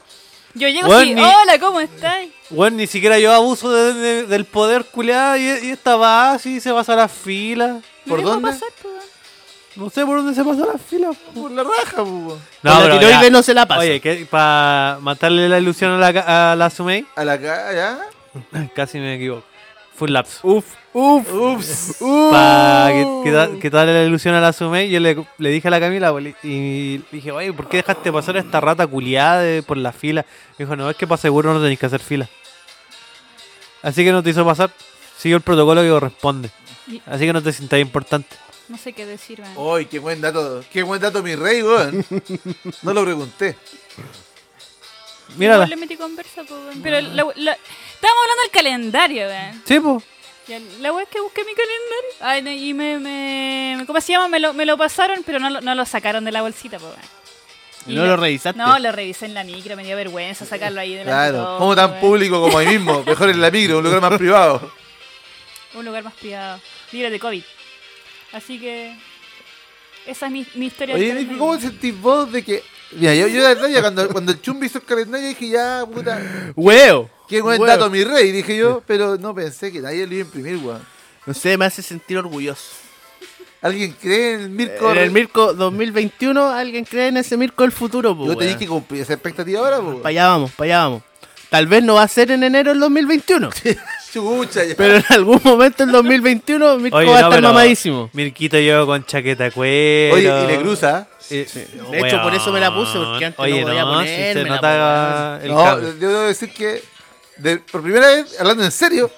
Yo llego Weón, así, ni- hola, ¿cómo estás? Weón, ni siquiera yo abuso de- de- del poder culiá y, y esta va así, se pasa la fila. ¿Por Me dejó dónde? pasar, po, weón. No sé por dónde se pasa la fila. Por la raja, weón. No, la pero tiroides ya. no se la pasa. Oye, que para matarle la ilusión a la, ca- a la Sumei, A la cara, ya. casi me equivoco. Full lapse. Uf, uf. Ups. Para quitarle la ilusión a la Sumei, yo le, le dije a la Camila pues, y le dije, oye, ¿por qué dejaste pasar a esta rata culiada de- por la fila? Me dijo, no, es que para seguro no tenéis que hacer fila. Así que no te hizo pasar. Sigue el protocolo que corresponde. Y- Así que no te sientas importante. No sé qué decir, weón. Ay, qué buen dato. Qué buen dato, mi rey, weón. No lo pregunté. Mírala. Igual le metí conversa, po, weón. Pero la, la- estábamos hablando del calendario, weón. Sí, po. Ya, La weá es que busqué mi calendario. Ay, no, y me, me. ¿Cómo se llama? Me lo, me lo pasaron, pero no, lo- no lo sacaron de la bolsita, po, weón. ¿Y no la- lo revisaste? No, lo revisé en la micro, me dio vergüenza sacarlo ahí de la Claro. Como tan público como ahí mismo. Mejor en la micro, un lugar más privado. un lugar más privado, libre de COVID. Así que esa es mi, mi historia. Oye, del Nico, COVID. ¿cómo te sentís vos de que.? Mira, yo, yo la verdad, ya cuando, cuando el chumbi hizo el calendario dije, ya, puta, ¡Huevo! qué buen Huevo. dato mi rey, dije yo, pero no pensé que nadie lo iba a imprimir, weón. No sé, me hace sentir orgulloso. ¿Alguien cree en el Mirko? En el Mirko 2021, ¿alguien cree en ese Mirko del futuro? po, Yo tenía weón? que cumplir esa expectativa ahora, Para weón. allá vamos, para allá vamos. Tal vez no va a ser en enero del 2021, Chucha, ya. pero en algún momento del 2021 Mirko va a no, estar pero mamadísimo. Mirquito llegó con chaqueta de cuero. Oye, y le cruza. Eh, De hecho, por eso me la puse, porque antes no Oye, podía si ponérmela, se po, nota el No, eh, cambio. yo debo decir que de- por primera vez, hablando en serio.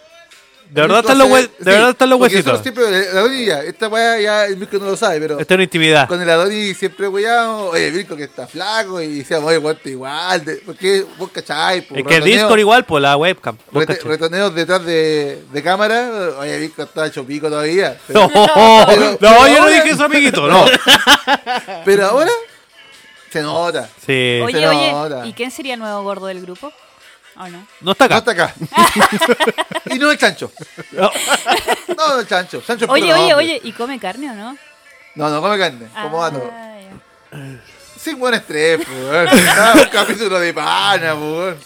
De verdad están los, hue- de verdad están los huesitos. Siempre, el Adonis ya, esta weá ya el Mirko no lo sabe, pero Esto es una intimidad. con el Adonis siempre weyamos, oye, Mirko que está flaco y decíamos, oye, guante igual, de- porque vos cachai, po, Es que el retoneo- Discord igual, por la webcam. Vos rete- cachai. retoneos detrás de, de cámara, oye, Mirko está hecho pico todavía. No, Pero, no, pero yo no ahora- dije eso, amiguito, no. pero ahora se nota. Sí. Oye, pero oye, ahora. ¿y quién sería el nuevo gordo del grupo? ¿O no? No está No acá. está acá. y no el chancho. No. No, no el chancho. Chancho es Oye, puro oye, nombre. oye, ¿y come carne o no? No, no come carne. Como Ah, dato. ya. Sin buen estrés, po, weón. Estaba un capítulo de pana, po, weón.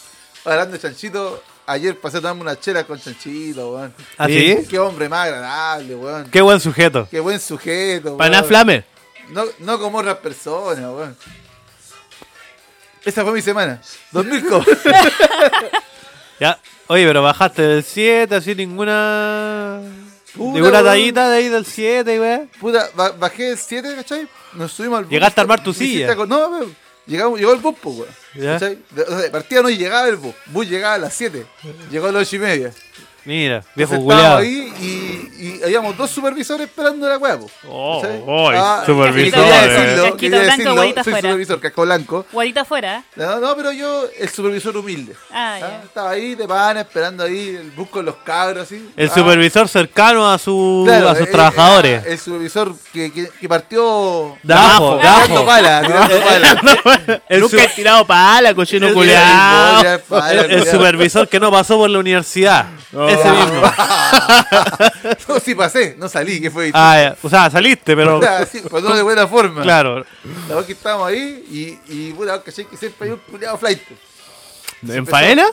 Hablando de chanchito, ayer pasé a tomarme una chela con chanchito, weón. ¿Ah, Qué- sí? Qué hombre más agradable, weón. Qué, Qué buen sujeto. buen sujeto, weón. Paná Flamer. No, no como otras personas, weón. Esa fue mi semana. 2000 co. Ya. Oye, pero bajaste del 7, así ninguna. Puta, Ninguna weón. tallita de ahí del 7, güey. Puta, ba- bajé 7, ¿cachai? Nos subimos al bus. Llegaste a armar tu Me hiciste silla. aco- No, weón. Llegamos, llegó el bus, po, weón. Ya. ¿Cachai? De, o sea, de partida no llegaba el bus. Bus llegaba a las 7. Llegó a las 8 y media. Mira, Entonces, viejo estábamos culiado. ahí y, y habíamos dos supervisores esperando la hueá. po. Oh, ¿Cachai? Ah, oh, supervisores. Quería decirlo, Casquito quería blanco, decirlo, guayita soy afuera. supervisor, casco blanco. Guadita afuera. No, no, pero yo, el supervisor humilde. Ah, Ah, ya. Estaba ahí de pana esperando ahí, el bus con los cabros así. El Ah, supervisor cercano a, su, claro, a sus eh, trabajadores. era El supervisor que, que, que partió De eh, abajo, de tirando abajo. pala, tirando pala. El Nunca su- he tirado pala, cochino el- culiao. el- El, el supervisor que no pasó por la universidad. Ese mismo. No, sí pasé, no salí, que fue. eh, Ah, ya. o sea, saliste, pero. O sea, sí, pero no de buena forma. Claro. La verdad que estábamos ahí y, y puta, caché que siempre hay un culiado flight. ¿En faena?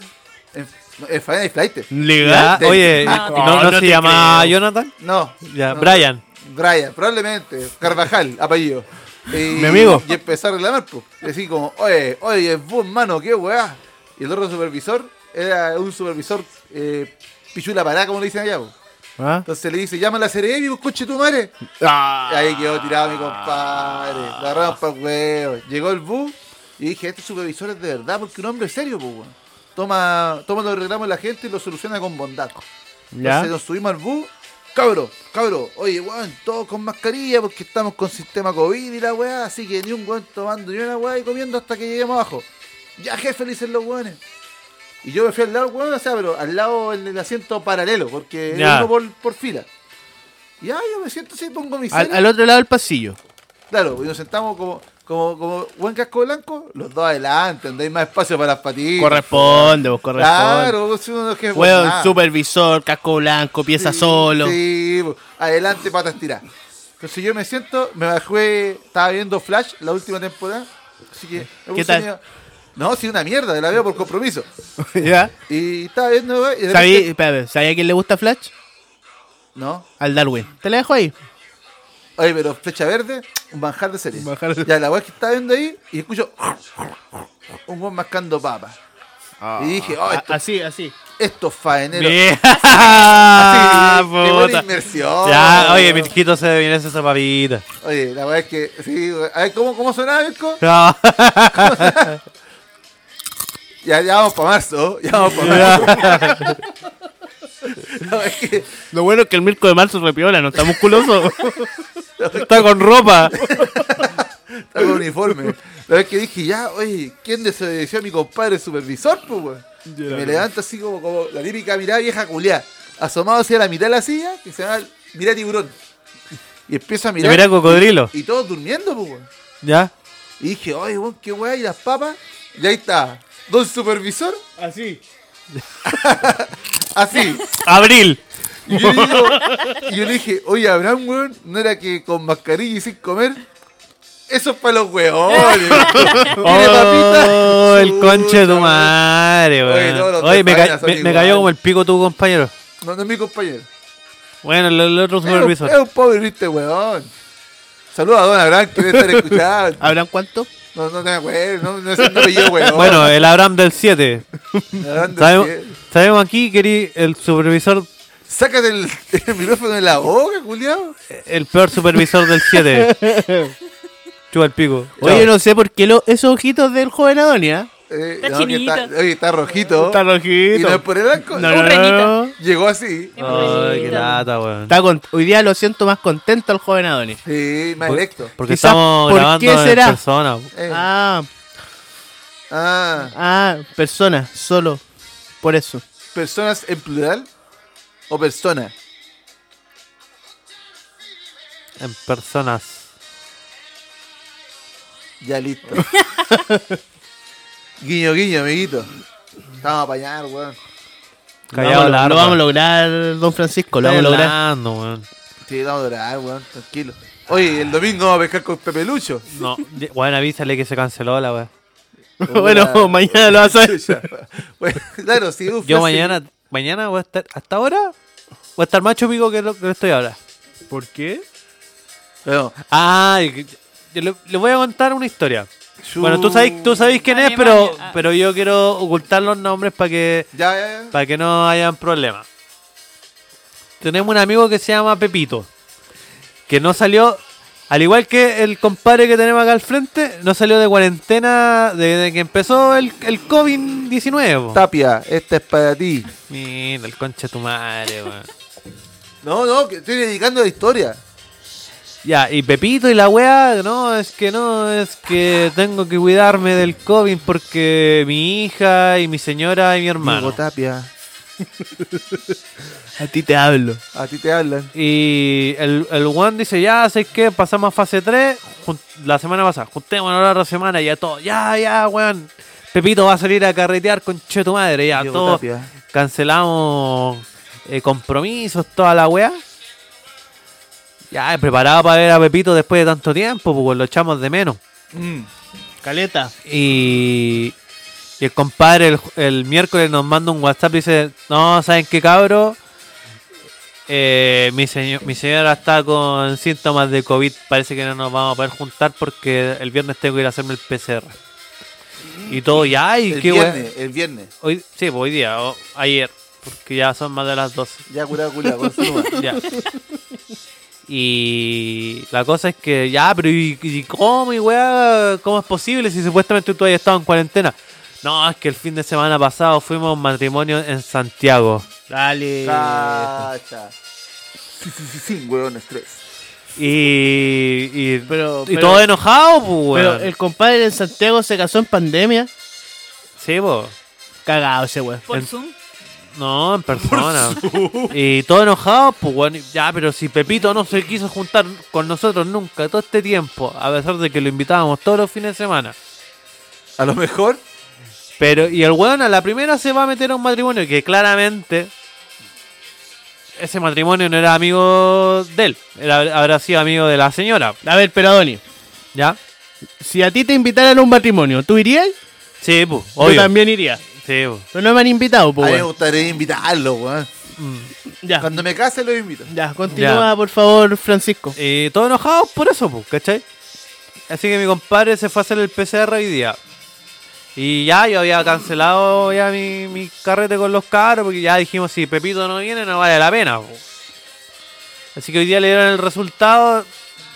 En, no, en faena hay flight. ¿Legal? Ya, Ah, Oye, No, ¿no, Ah, no no te se llama creo. Jonathan? No. Ya, no. Brian. Brian, probablemente. Carvajal, apellido. Y- Mi amigo. Y empezó a reclamar, pues. Decir como, oye, oye, vos, mano, qué weá. Y el otro supervisor era un supervisor eh, pichula pará, como le dicen allá, po. ¿Ah? Entonces le dice, llama a la Ceremi, vos coche tu madre. Ah, Y ahí quedó tirado mi compadre. La agarraron para huevo. Llegó el bus y dije, este supervisor es de verdad, porque un hombre es serio, pues, weón. Toma, toma los reclamos de la gente y los soluciona con bondad. ¿Ya? Entonces nos subimos al bus. Cabro, cabro, oye, weón, todos con mascarilla porque estamos con sistema COVID y la weá, así que ni un weón tomando ni una weá y comiendo hasta que lleguemos abajo. Ya, jefe, le dicen los weones. Y yo me fui al lado, weón, o sea, pero al lado en el asiento paralelo, porque es Ya. uno por, por fila. Ya, yo me siento así, pongo mi Al, cena. al otro lado del pasillo. Claro, y nos sentamos como, como, como buen casco blanco, los dos adelante, donde hay más espacio para las patitas. Corresponde, vos corresponde. Claro, pues, si uno no es jefe por Weón, nada. supervisor, casco blanco, pieza Sí, solo. Sí, po. adelante, patas tiradas. Entonces yo me siento, me bajé, estaba viendo Flash la última temporada. Así que me puse tal? medio- No, sí, una mierda, la veo por compromiso. ¿Ya? Y estaba viendo, güey, y de ¿Sabí, repente- espérame, ¿sabí a quién le gusta Flash? No. Al Darwin. Te la dejo ahí. Oye, pero flecha verde, un manjar de serie. Un manjar de- Ya, la weá que estaba viendo ahí, y escucho un weón mascando papas. Ah. Y dije, oh, esto- A- así, así. estos faeneros. Bien. Ah, sí, qué buena Puta. inmersión. Ya, oye, mi hijito se viene esa papita. Oye, la weá es que, sí, güey. a ver, ¿cómo, cómo sonaba, Mirko? No. Ya, ya vamos para marzo, ya vamos para marzo. no, es que, Lo bueno es que el Mirko de marzo repiola, no está musculoso. Está con ropa. está con uniforme. La vez que dije, ya, oye, ¿quién desobedeció a mi compadre supervisor, pues, weón? Y Me levanto así como, como la típica mirada vieja culiá, asomado hacia la mitad de la silla, que se llama mira tiburón. Y empiezo a Y mirar. mira cocodrilo. Y todos durmiendo, pues, weón. ¿Ya? Y dije, oye, weón, qué weá, y las papas. Y ahí está, don supervisor, Así. así. Abril. Y yo, le digo- y yo le dije, oye, Abraham, weón, ¿no era que con mascarilla y sin comer? Eso es para los weones. Tiene Oh, papita. el conche de tu Puta, madre, Oye, todos weón. los Oye, me, ca- tefanas son me- me igual. cayó como el pico tu compañero. No, no es mi compañero. Bueno, el, el otro Es un, supervisor. es un pobre, viste, weón. Saludos a Don Abraham, que debe estar escuchando. ¿Hablan cuánto? No, no te acuerdo, no, no es un apellido, weón. Bueno, el Abraham del 7. Abraham del Sabemos, cielo. sabemos aquí que eres el supervisor, Sácate el, el micrófono de la boca, culiao. el peor supervisor del 7. Chupa el pico. Oye, Chao. no sé por qué lo- esos ojitos del joven Adonia. Eh, Está no, que chinito. está, oye, está rojito. Está Y no rojito. es por el alcohol. no, Un renito. Llegó así. Es muy Ay, qué bonito. lata, weón. Está con- hoy día lo siento más contento al joven Adonis. Sí, más electo. Porque Quizás, estamos ¿por grabando qué será? en persona. Eh, Ah, ah, ah, persona, solo. Por eso. ¿Personas en plural o persona? En personas. Ya listo. guiño, guiño, amiguito. Estamos a apañar, weón. Callado lo, vamos, a- largo. lo vamos a lograr, don Francisco, lo vamos a lograr. Hablando, weón. Sí, vamos a dorar, weón, tranquilo. Oye, el domingo vamos a pescar con Pepe Lucho. No, de- bueno, avísale que se canceló la weón. bueno, mañana lo vas a ver. Bueno, claro, sí, uf, Yo sí. mañana, mañana voy a estar, hasta ahora, voy a estar más chupico que lo que estoy ahora. ¿Por qué? Bueno, Ah, le, le voy a contar una historia. Chu- Bueno, tú sabes, tú sabes quién es, pero, Alemania, ah. pero yo quiero ocultar los nombres para que, Ya, ya, ya. para que no hayan problemas. Tenemos un amigo que se llama Pepito, que no salió, al igual que el compadre que tenemos acá al frente, no salió de cuarentena desde que empezó el, el COVID-19. po. Tapia, esta es para ti. Mira, el concha de tu madre, weón. No, no, que estoy dedicando la historia. Ya, y Pepito y la weá, no, es que no, es que tengo que cuidarme del COVID porque mi hija y mi señora y mi hermano. Hugo Tapia, A ti te hablo. a ti te hablan. Y el, el Juan dice, ya, sé que pasamos a fase 3, jun- la semana pasada, juntémonos la otra semana y ya todo, ya, ya, weón. Pepito va a salir a carretear con che tu madre, ya, Diego todo. Tapia. Cancelamos eh, compromisos, toda la weá. Ya, preparado para ver a Pepito después de tanto tiempo, pues lo echamos de menos. Mm. Caleta. Y, y el compadre el, el miércoles nos manda un WhatsApp y dice, no, ¿saben qué cabro? Eh, mi, seño- mi señora está con síntomas de COVID, parece que no nos vamos a poder juntar porque el viernes tengo que ir a hacerme el PCR. Y todo, ya, ay, El qué viernes, bueno. el viernes. Hoy, sí, pues, hoy día, o ayer, porque ya son más de las 12. Ya curado, curado, consuma. Ya. Y la cosa es que, ya, pero ¿y, y cómo, y weá? ¿Cómo es posible si supuestamente tú hayas estado en cuarentena? No, es que el fin de semana pasado fuimos a un matrimonio en Santiago. Dale. Cacha. Sí, sí, sí, sí, weón, estrés. Y. Y, Pero- y pero- todo enojado, pues, Pero weón. el compadre en Santiago se casó en pandemia. Sí, pues. Cagado ese weón. Por En- Zoom. No, en persona. Y todo enojado, pues, weón. Ya, pero si Pepito no se quiso juntar con nosotros nunca, todo este tiempo, a pesar de que lo invitábamos todos los fines de semana. A lo mejor, Pero, y el weón a la primera se va a meter a un matrimonio que claramente ese matrimonio no era amigo de él, era, habrá sido amigo de la señora, A ver, pero Adonis, ¿ya? si a ti te invitaran a un matrimonio, ¿tú irías? Sí, pues, Yo obvio. también iría. Sí, pu. Pero no me han invitado, a pues. mí me weón. gustaría invitarlo, weón. Ya, Cuando me case, lo invito. ya, continúa, por favor, Francisco. Y Eh, todos enojados por eso, pues, ¿cachai? Así que mi compadre se fue a hacer el PCR hoy día. Y ya, yo había cancelado ya mi, mi carrete con los caros, porque ya dijimos, si Pepito no viene, no vale la pena. po. Así que hoy día le dieron el resultado.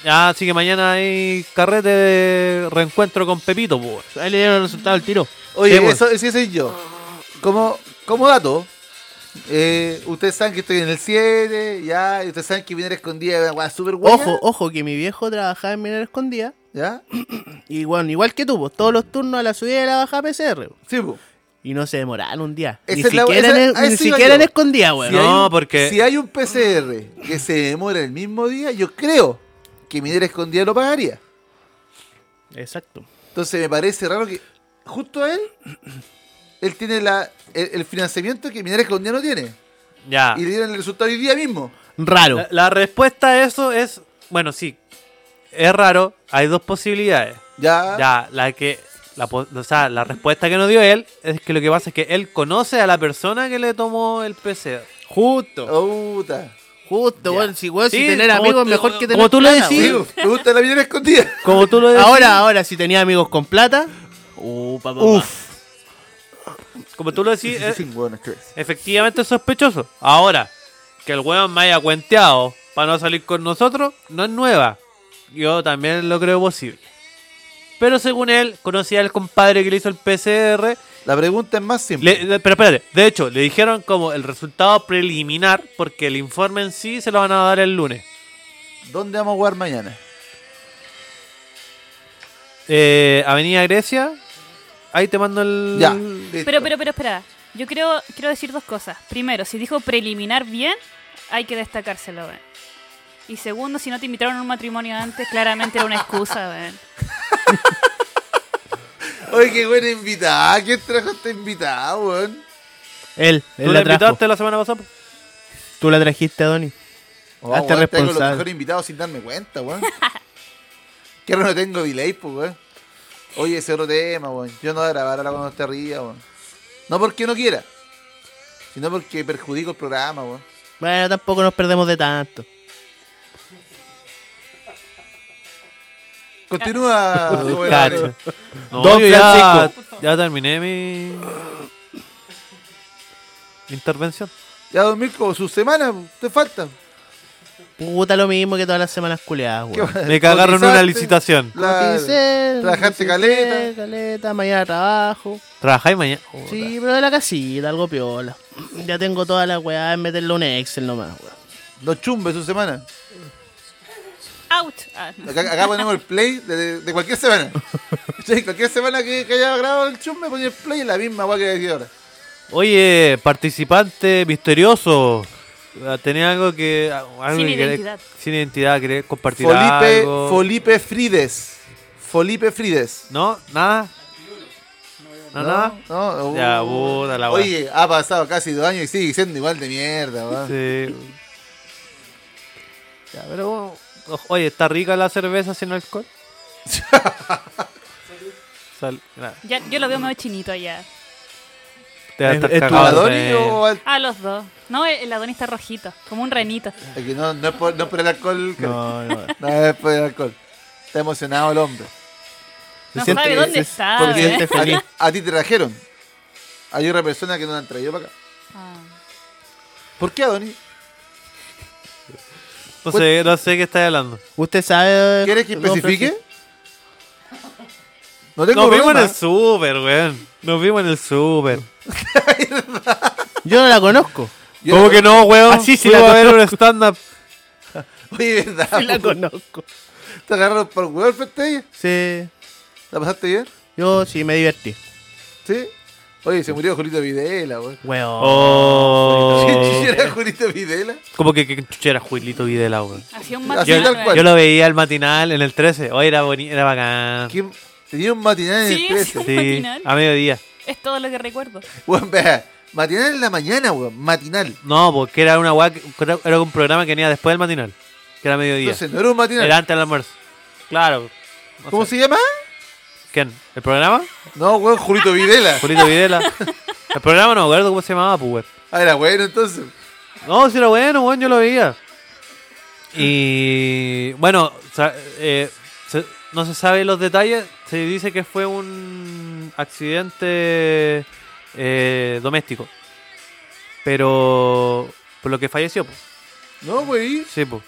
Ya, así que mañana hay carrete de reencuentro con Pepito, pues. Ahí le dieron el resultado al tiro. Oye, Sí, weón. eso, ese soy yo. Como, como dato, eh, ustedes saben que estoy en el 7, ya, y ustedes saben que viene escondida, una weá súper buena. Ojo, ojo, que mi viejo trabajaba en Minera Escondida. ¿Ya? Y bueno, igual que tú, pues, todos los turnos a la subida y a la bajada PCR. Sí, po. pues, Y no se demoraron un día. Esa Ni es la- siquiera, esa- en, a ni eso iba yo. siquiera en Escondida, weón. Si hay No, un- porque- Si hay un PCR que se demora el mismo día, yo creo que Minera Escondida lo pagaría. Exacto. Entonces me parece raro que justo a él, él tiene la, el, el financiamiento que Minera Escondida no tiene. Ya. Y le dieron el resultado hoy día mismo. Raro. La, la respuesta a eso es, bueno, sí, es raro, hay dos posibilidades. Ya. Ya, la que, la, po- o sea, la respuesta que nos dio él es que lo que pasa es que él conoce a la persona que le tomó el PCR. Justo. Oh, Puta. Justo, Oh, Ya. weón. Si, weón, si Sí, tener como amigos es tú- mejor que tener como tú lo plata, decís. Sí, weón. me gusta la millón escondida. Como tú lo decís. Ahora, ahora, si tenía amigos con plata. Uh, papá. Uf. Como tú lo decís, eh. es efectivamente es sospechoso. Ahora, que el weón me haya cuenteado para no salir con nosotros, no es nueva. Yo también lo creo posible. Pero según él, conocía al compadre que le hizo el PCR. La pregunta es más Le- simple. le- pero espérate, de hecho, le dijeron como el resultado preliminar, porque el informe en sí se lo van a dar el lunes. ¿Dónde vamos a jugar mañana? Eh, Avenida Grecia, ahí te mando el... Ya. listo. Pero, pero, pero, espera. Yo creo, quiero decir dos cosas. Primero, si dijo preliminar bien, hay que destacárselo, weón. Y segundo, si no te invitaron a un matrimonio antes, claramente era una excusa, weón. Oye, qué buena invitada. ¿Quién trajo esta invitada, weón? Él, ¿Tú él la la trajo. invitaste la semana pasada? pues. Tú la trajiste, Donny. Oh, weón, Hazte traigo los responsable. mejores invitados sin darme cuenta, weón. que ahora no tengo delay, pues, weón. Oye, ese otro tema, weón. Yo no voy a grabar ahora cuando esté arriba, weón. No porque no quiera, sino porque perjudico el programa, weón. Bueno, tampoco nos perdemos de tanto. Continúa, joven Cacho. Abreu. No, Don yo ya, Francisco. ya terminé mi... mi intervención. Ya dormir como su semana, te falta. Puta lo mismo que todas las semanas culeadas, ¿Qué weón. va- Me cagaron en una cotizaste? licitación. Claro. Coticé, Trabajaste coticé, caleta. Caleta, mañana trabajo. Trabajáis mañana. Joder. Sí, pero de la casita, algo piola. Ya tengo toda la weá en meterlo en Excel nomás, weón. No chumbe su semana. Out. Ah, no. Acá, acá ponemos el play de, de- de cualquier semana. Sí, cualquier semana que, que haya grabado el chumbe, ponía el play y la misma weá que decía ahora. Oye, participante misterioso. Tenía algo que. algo Sin que querer- identidad. sin identidad, querer compartir Felipe, algo. Felipe Frides. Felipe Frides. ¿No? ¿Nada? ¿No, nada? No, uh. Ya, puta la weá. Oye, ha pasado casi dos años y sigue siendo igual de mierda, weá. Sí. Ya, pero. o- Oye, ¿está rica la cerveza sin alcohol? Sal- nah, Ya, yo lo veo medio chinito allá. te vas a ¿Es- estar es tu ¿Tú, cagado de Adoni, sueño. o al- A Ah, los dos. No, el, el Adonis está rojito, como un renito. Aquí no, no, es por, no es por el alcohol. que- No. No, no. es por el alcohol. Está emocionado el hombre. No siente- sabe dónde se- está. Porque weón. siente a, feliz. a ti te trajeron. Hay otra persona que no la han traído para acá. Ah. ¿Por qué, Adoni? No sé, no sé qué estás hablando. ¿Usted sabe? eh, ¿Quieres que don especifique? Francisco? No tengo Nos vimos en problema. el super, weón. Nos vimos en el super. Yo no la conozco. Yo- ¿Cómo que no, weón? Ah, sí, sí, Fuimos la a ver un stand-up. Oye, ¿verdad? Sí la conozco. ¿Te agarraron por el huevo el frente de ella? Sí. ¿La pasaste bien? Yo sí me divertí. ¿Sí? Oye, se murió Julito Videla, weón. Weón. Oh. ¿Quién quisiera Julito Videla? Como Oh. que, que chuchera Juilito Videla, weón. Hacía un Así matinal, tal weón. cual. Yo lo veía al matinal en el 13. Hoy era boni era bacán. ¿Quién? Tenía un matinal en Sí, el 13. sí. Sí, matinal? a mediodía. Es todo lo que recuerdo. Weón, vea. Matinal en la mañana, weón. Matinal. No, porque era una guac- era un programa que venía después del matinal, que era mediodía. Entonces, no era un matinal. Era antes del almuerzo. Claro. No ¿Cómo sé. se llama? ¿Quién? ¿El programa? No, weón, Julito Videla. Julito Videla. El programa no me acuerdo cómo se llamaba, pues, weón. Ah, era bueno entonces. No, si era bueno, bueno, yo lo veía. Y bueno, sa- eh, se- no se sabe los detalles. Se dice que fue un accidente eh, doméstico. Pero por lo que falleció, pues. No, wey. Sí, pues.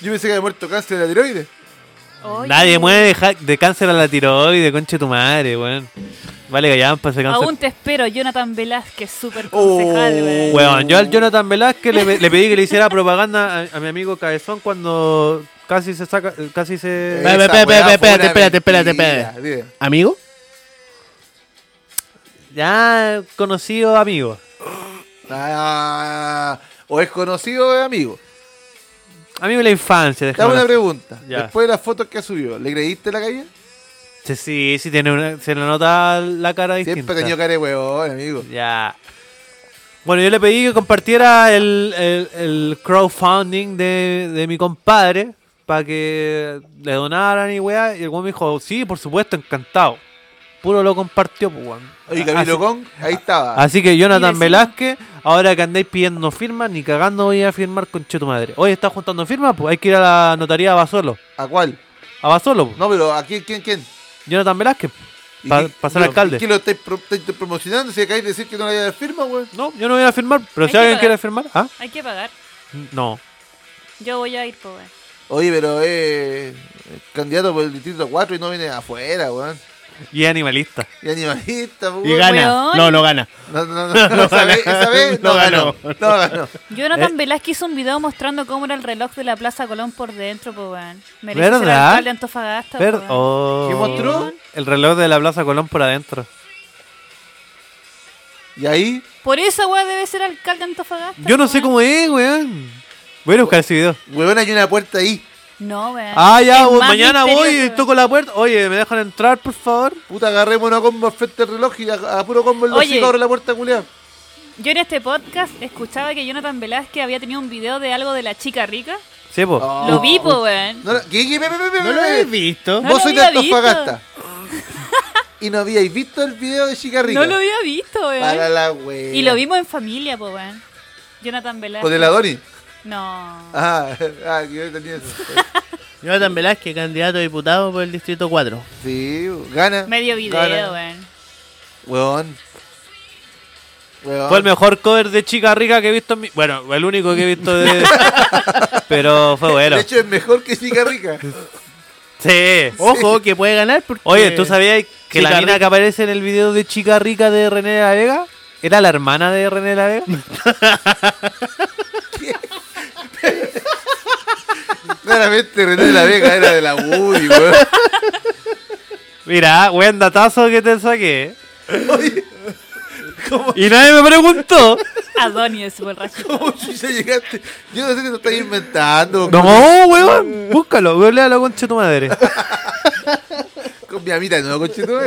Yo pensé que había muerto cáncer de la tiroides. Oye, Nadie muere de, ja- de cáncer a la tiroides, conche tu madre, weón. Vale, callan para ese cáncer. Aún te espero, Jonathan Velázquez, súper Oh, concejal, weón. Weón, yo al Jonathan Velázquez le, pe- le pedí que le hiciera propaganda a, a mi amigo Cabezón cuando casi se saca, casi se... Espérate, Esa espérate, weá fue espérate, una espérate, espérate, mentira. espérate. Dime. ¿Amigo? Ya conocido amigo. Ah, o es conocido o es amigo. Amigo de la infancia, Dame déjame. una la- pregunta. Ya. Después de las fotos que subió, ¿le creíste la caída? Sí, sí, sí, tiene una, se le nota la cara Siempre distinta. ha tenido cara de huevón, amigo. Ya. Bueno, yo le pedí que compartiera el, el- el crowdfunding de, de mi compadre para que le donaran y weá. Y el weón me dijo, sí, por supuesto, encantado. Puro lo compartió, pues weón. Oye, así, ah, Camilo Kong, ahí estaba. así que Jonathan Y decimos- Velázquez, ahora que andáis pidiendo firmas, ni cagando voy a firmar con tu madre. Oye, ¿estás juntando firmas? Pues hay que ir a la notaría a Basolo. ¿A cuál? A Basolo, pues. No, pero ¿a quién? ¿Quién? ¿Quién? Jonathan Velázquez, ¿Y para qué- ser pero, alcalde. ¿Qué lo estáis, pro- estáis promocionando? Si acabáis de decir que no le haya firma, weón. No, yo no voy a firmar, pero Hay si que alguien pagar. quiere firmar, ¿ah? Hay que pagar. No. Yo voy a ir, po, weón. Oye, pero eh, candidato por el distrito 4 y no viene afuera, weón. Y es animalista. Y animalista, Y weón. gana. Weón. No, no gana. No, no, no, no, esa vez- esa vez no No ganó. ganó. No ganó. Jonathan Eh. Velázquez hizo un video mostrando cómo era el reloj de la Plaza Colón por dentro, po, weón. Merece ser ¿Verdad? alcalde de Antofagasta, po, Ver- weón. oh. ¿Qué mostró? El reloj de la Plaza Colón por adentro. Y ahí, Por esa weón debe ser alcalde de Antofagasta. Yo no po, sé weón. cómo es, weón. Voy a ir a buscar ese video. weón, hay una puerta ahí. No, weón. Ah, ya, Es voy- más mañana voy y misterioso, toco la puerta. Oye, ¿me dejan entrar, por favor? Puta, agarrémonos a combo al frente del reloj y a, a puro combo el Oye. hocico abre la puerta, culiao. weón. Yo en este podcast escuchaba que Jonathan Velázquez había tenido un video de algo de la chica rica. Sí, po. Oh. Lo vi, po, weón. No, no, ¿qué, qué, pe, pe, pe, pe, No lo pe? he visto. No Vos lo sois de había visto. Antofagasta. y no habíais visto el video de Chica Rica. No lo había visto, weón. Para la wea. Y lo ¿eh? vimos en familia, po, weón. Jonathan Velázquez. Con el Adonis. No. Ah, ah, que yo tenía eso. Jonathan Velázquez, candidato a diputado por el Distrito 4. Sí, gana. Medio video, eh. gana. weón. Weón. Weón. Fue el mejor cover de chica rica que he visto en mi. Bueno, el único que he visto de. Pero fue bueno. De hecho, es mejor que Chica Rica. Sí. Oh. Ojo, que puede ganar porque... Oye, ¿tú sabías que Chica la mina Rica. que aparece en el video de chica rica de René de la Vega? ¿Era la hermana de René de la Vega? Claramente René de la Vega era de la Woody, weón. Mira, buen datazo que te saqué. Y nadie me preguntó. Adonis, borracho. ¿Cómo chucha llegaste? Yo no sé que te estás inventando. No, weón. Búscalo, googlea la concha de tu madre. Con mi amita, no, conchito.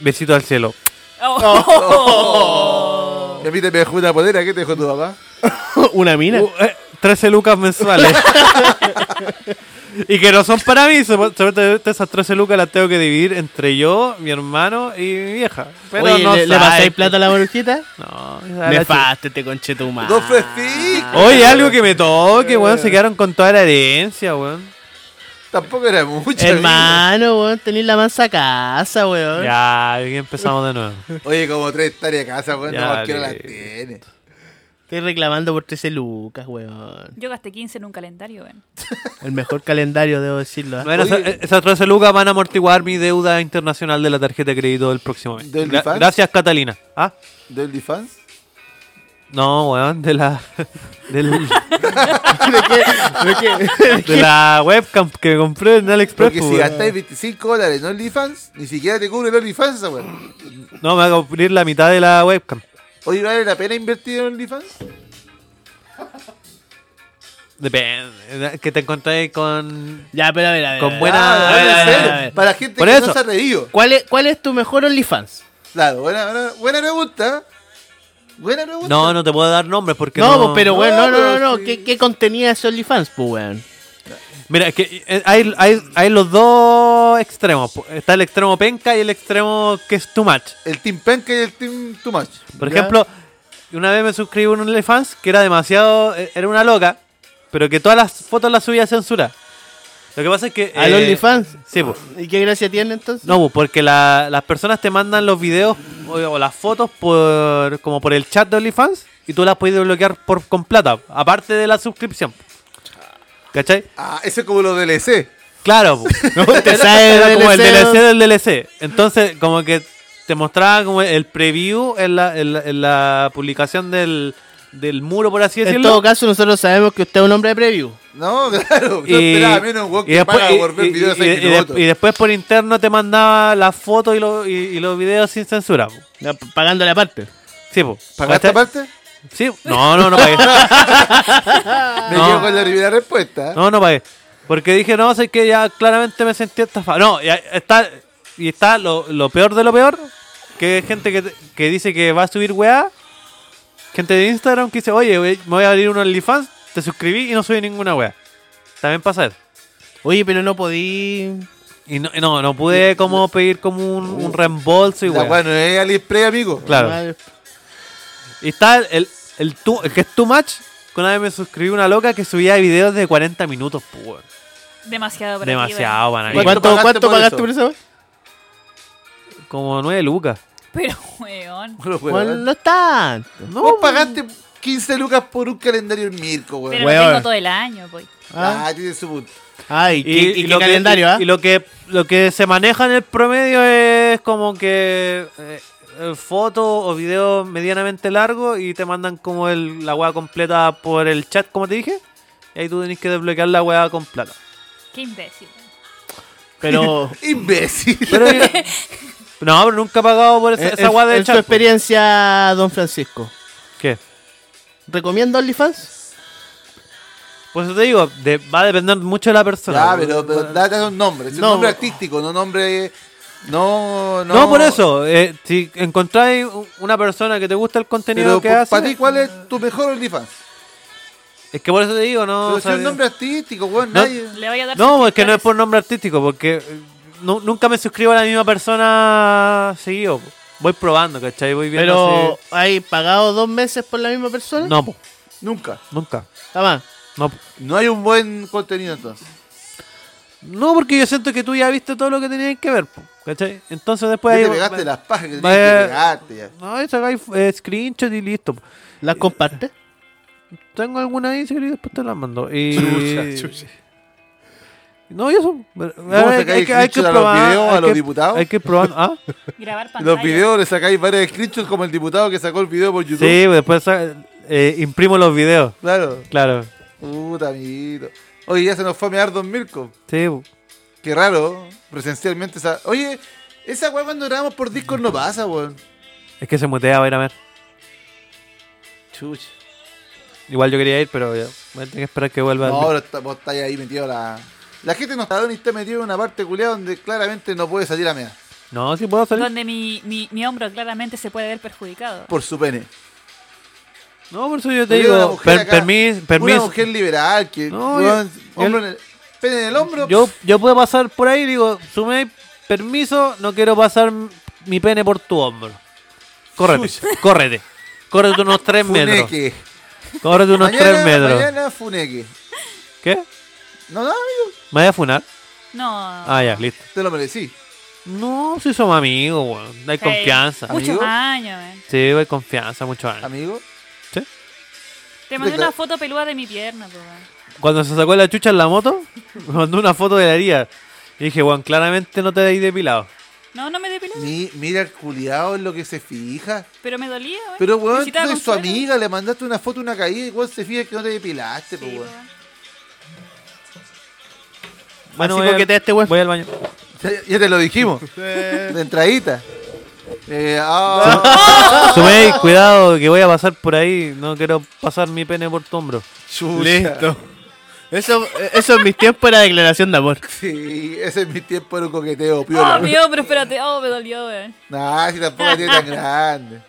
Besito al cielo. Oh. Oh. Mi amita me dejó una polera. ¿Qué te dejó tu papá? una mina. Uh, eh, 13 lucas mensuales. y que no son para mí. supo- Supuestamente esas 13 lucas las tengo que dividir entre yo, mi hermano y mi vieja. Pero Oye, no ¿le, le sabe. pasáis plata a la borujita? No, esa la chu- Nefaste este Ah. conchetumar. ¡No fue fijo. Oye, algo que me toque, weón. Se quedaron con toda la herencia, weón. Tampoco era mucho. Hermano, weón, tenés la mansa casa, weón. Ya, aquí empezamos de nuevo. amigo. Oye, como tres hectáreas de casa, weón. Ya, No, cualquiera las le- tiene. Estoy reclamando por 13 lucas, weón. Yo gasté 15 en un calendario, weón. El mejor calendario, debo decirlo. ¿ah? Bueno, esa- Oye. esas 13 lucas van a amortiguar mi deuda internacional de la tarjeta de crédito del próximo mes. ¿De Gra- OnlyFans? gracias, Catalina. ¿Ah? ¿De OnlyFans? No, weón, de la, del- ¿De qué? ¿De qué? de la webcam que compré en AliExpress. Porque pues, si weón. gastáis 25 dólares en OnlyFans, ni siquiera te cubre el OnlyFans, esa weón. No, me va a cumplir la mitad de la webcam. Oye, ¿vale la pena invertir en OnlyFans? Depende. Que te encontré con... Ya, pero a ver, a ver. Con a ver. buena- Ah, A ver, bueno, a en ver, serio, a ver. Para la gente Por que no eso. se ha reído. ¿Cuál es, ¿Cuál es tu mejor OnlyFans? Claro, buena, buena, buena pregunta. Buena pregunta. No, no te puedo dar nombres porque No, no... pues, pero weón, No, no, no, no, no. pero sí. ¿Qué, qué contenía ese OnlyFans, pues, weón? Mira, es que eh, hay, hay, hay los dos extremos. po. Está el extremo penca y el extremo que es too much. El Team Penca y el Team Too Much. Por Ya. ejemplo, una vez me suscribí a un OnlyFans que era demasiado. eh, Era una loca, pero que todas las fotos las subía censura. Lo que pasa es que. ¿Al eh, OnlyFans? Sí, pues. ¿Y qué gracia tiene entonces? No, pues, porque la- las personas te mandan los videos o, o las fotos por como por el chat de OnlyFans y tú las puedes bloquear por, con plata, aparte de la suscripción. ¿Cachai? Ah, eso es como lo DLC. Claro, po. Usted Era- sabe era como el DLC, DLC del DLC. Entonces, como que te mostraba como el preview en la, en la, en la publicación del, del muro, por así En decirlo. todo caso, nosotros sabemos que usted es un hombre de preview. No, claro. y, Yo esperaba menos un weón y que después, paga y- por ver y- videos y- de y- 6 y de- y después por interno te mandaba las fotos y, los- y, y los videos sin censura. po. Ya, p- Pagándole aparte. Sí, po. ¿Pagaste ¿Cachai? aparte? Sí. No, no, no pagué. Me No. quedo con la primera respuesta. No, no pagué. Porque dije, no, sé que ya claramente me sentí estafado. No, ya está. Y está lo, lo peor de lo peor, que es gente que, te- que dice que va a subir weá. Gente de Instagram que dice, oye, wey, me voy a abrir un OnlyFans, te suscribí y no subí ninguna weá. También pasa eso. Oye, pero no podí. Y no, y no, no pude como pedir como un, un reembolso y La weá. weá no es Aliexpress, amigo. Claro. Madre- Y está el, el, el tu- el que es too much. que Una vez me suscribí una loca que subía videos de 40 minutos, po, weón. Demasiado para ti, weón. Demasiado, para mí. ¿Cuánto ¿Cuánto, pagaste cuánto por pagaste eso? por eso? Como 9 lucas. Pero, weón. Bueno, weón. Bueno, no es tanto. No, pues. Vos pagaste 15 lucas por un calendario en Mirko, weón. Pero Weón. lo tengo todo el año, pues. Ah, Ah, tiene su punto. Ay, ¿qué, y, qué lo que- calendario, ah? y lo que lo que se maneja en el promedio es como que eh, eh, fotos o videos medianamente largos y te mandan como el, la weá completa por el chat, como te dije. Y ahí tú tenés que desbloquear la weá con plata. Qué imbécil. Pero. Imbécil. Pero, no, pero nunca he pagado por esa, en- esa weá en del su chat. po. experiencia, don Francisco. ¿Qué? ¿Recomienda OnlyFans? Por eso te digo, de- va a depender mucho de la persona. Ya, pero, pero date un nombre. Es un No. nombre artístico, no nombre. No, no. no, por eso. eh, si encontráis u- una persona que te gusta el Pero contenido que hace. para ti, ¿cuál es tu mejor OnlyFans? Es que por eso te digo, no. pero o si sea, es un nombre artístico, weón. No. Nadie. Le voy a dar No, sus es que no es dólares. por nombre artístico, porque eh, nu- nunca me suscribo a la misma persona seguido. po. Voy probando, ¿cachai? Voy viendo. Pero, ¿hay pagado dos meses por la misma persona? Ah, si- No, po, Nunca. nunca. Está mal. No, po. No hay un buen contenido entonces. no, porque yo siento que tú ya viste todo lo que tenías que ver, po, ¿cachai? Entonces después. Ya Pues ahí te va- pegaste va- las pajas que tenías vaya- que pegarte ya. No, ahí sacáis eh, screenshot y listo. po. ¿Las comparte? Tengo alguna ahí, si querés, después te la mando. Y... Chucha, chucha. No, y eso. sacáis screenshot a los videos, a hay los que- diputados? Hay que probar. ¿Ah? Grabar pantalla. Los videos le sacáis varios screenshots como el diputado que sacó el video por YouTube. Sí, pues, después sa- eh, imprimo los videos. Claro. Claro. Puta, amiguito. Oye, ya se nos fue a mear Don Mirko. Sí, po. Qué raro, presencialmente. Esa... Oye, esa weá cuando grabamos por Discord no pasa, weón. es que se mutea, a ver, a ver. Chucha. Igual yo quería ir, pero ya. Voy a tener que esperar que vuelva. No, ahora está- vos estáis ahí metido a la. La gente no está ni está metido en una parte culiada donde claramente no puede salir a mear. No, sí puedo salir. Donde mi, mi, mi hombro claramente se puede ver perjudicado. Por su pene. No, por eso yo te Oye, una digo. mujer per- acá, permis- Una permiso. mujer liberal que. No, weón, yo- hombro en el- pene en el hombro. Yo, yo puedo pasar por ahí y digo, sumé permiso, no quiero pasar m- mi pene por tu hombro. Córrete, córrete. Córrete unos tres metros. funeque. Córrete unos Mañana, tres metros. mañana funeque. ¿Qué? No, no, amigo. ¿Me voy a funar? No. Ah, ya, listo. Te lo merecí. No, si somos amigos, weón. No hay Sí. confianza. Muchos Amigo. años, man. Sí, hay confianza, mucho años. Amigo. Sí. Te mandé una Decla- foto peluda de mi pierna, po, weón. Cuando se sacó la chucha en la moto, me mandó una foto de la herida. Y dije, weón, claramente no te dais depilado. No, no me depilé, Mi- mira el culiado en lo que se fija. pero me dolía, weón. Pero, weón, tú Necesitaba eres su consuelo. amiga, le mandaste una foto, una caída y, weón, se fija que no te depilaste, Sí, pues, po, weón. weón. Bueno, Así voy al- coquetea este weón. Voy al baño. Ya, ya te lo dijimos. De entradita. Eh, ah, Sumei, cuidado que voy a pasar por ahí. No quiero pasar mi pene por tu hombro. chucha. Listo. Eso, eso en mis tiempos era declaración de amor. Sí, ese es mi tiempo era un coqueteo, Oh, piola. mi hombro, espérate. Oh, me dolió, weón. nah, si tampoco tiene tan grande.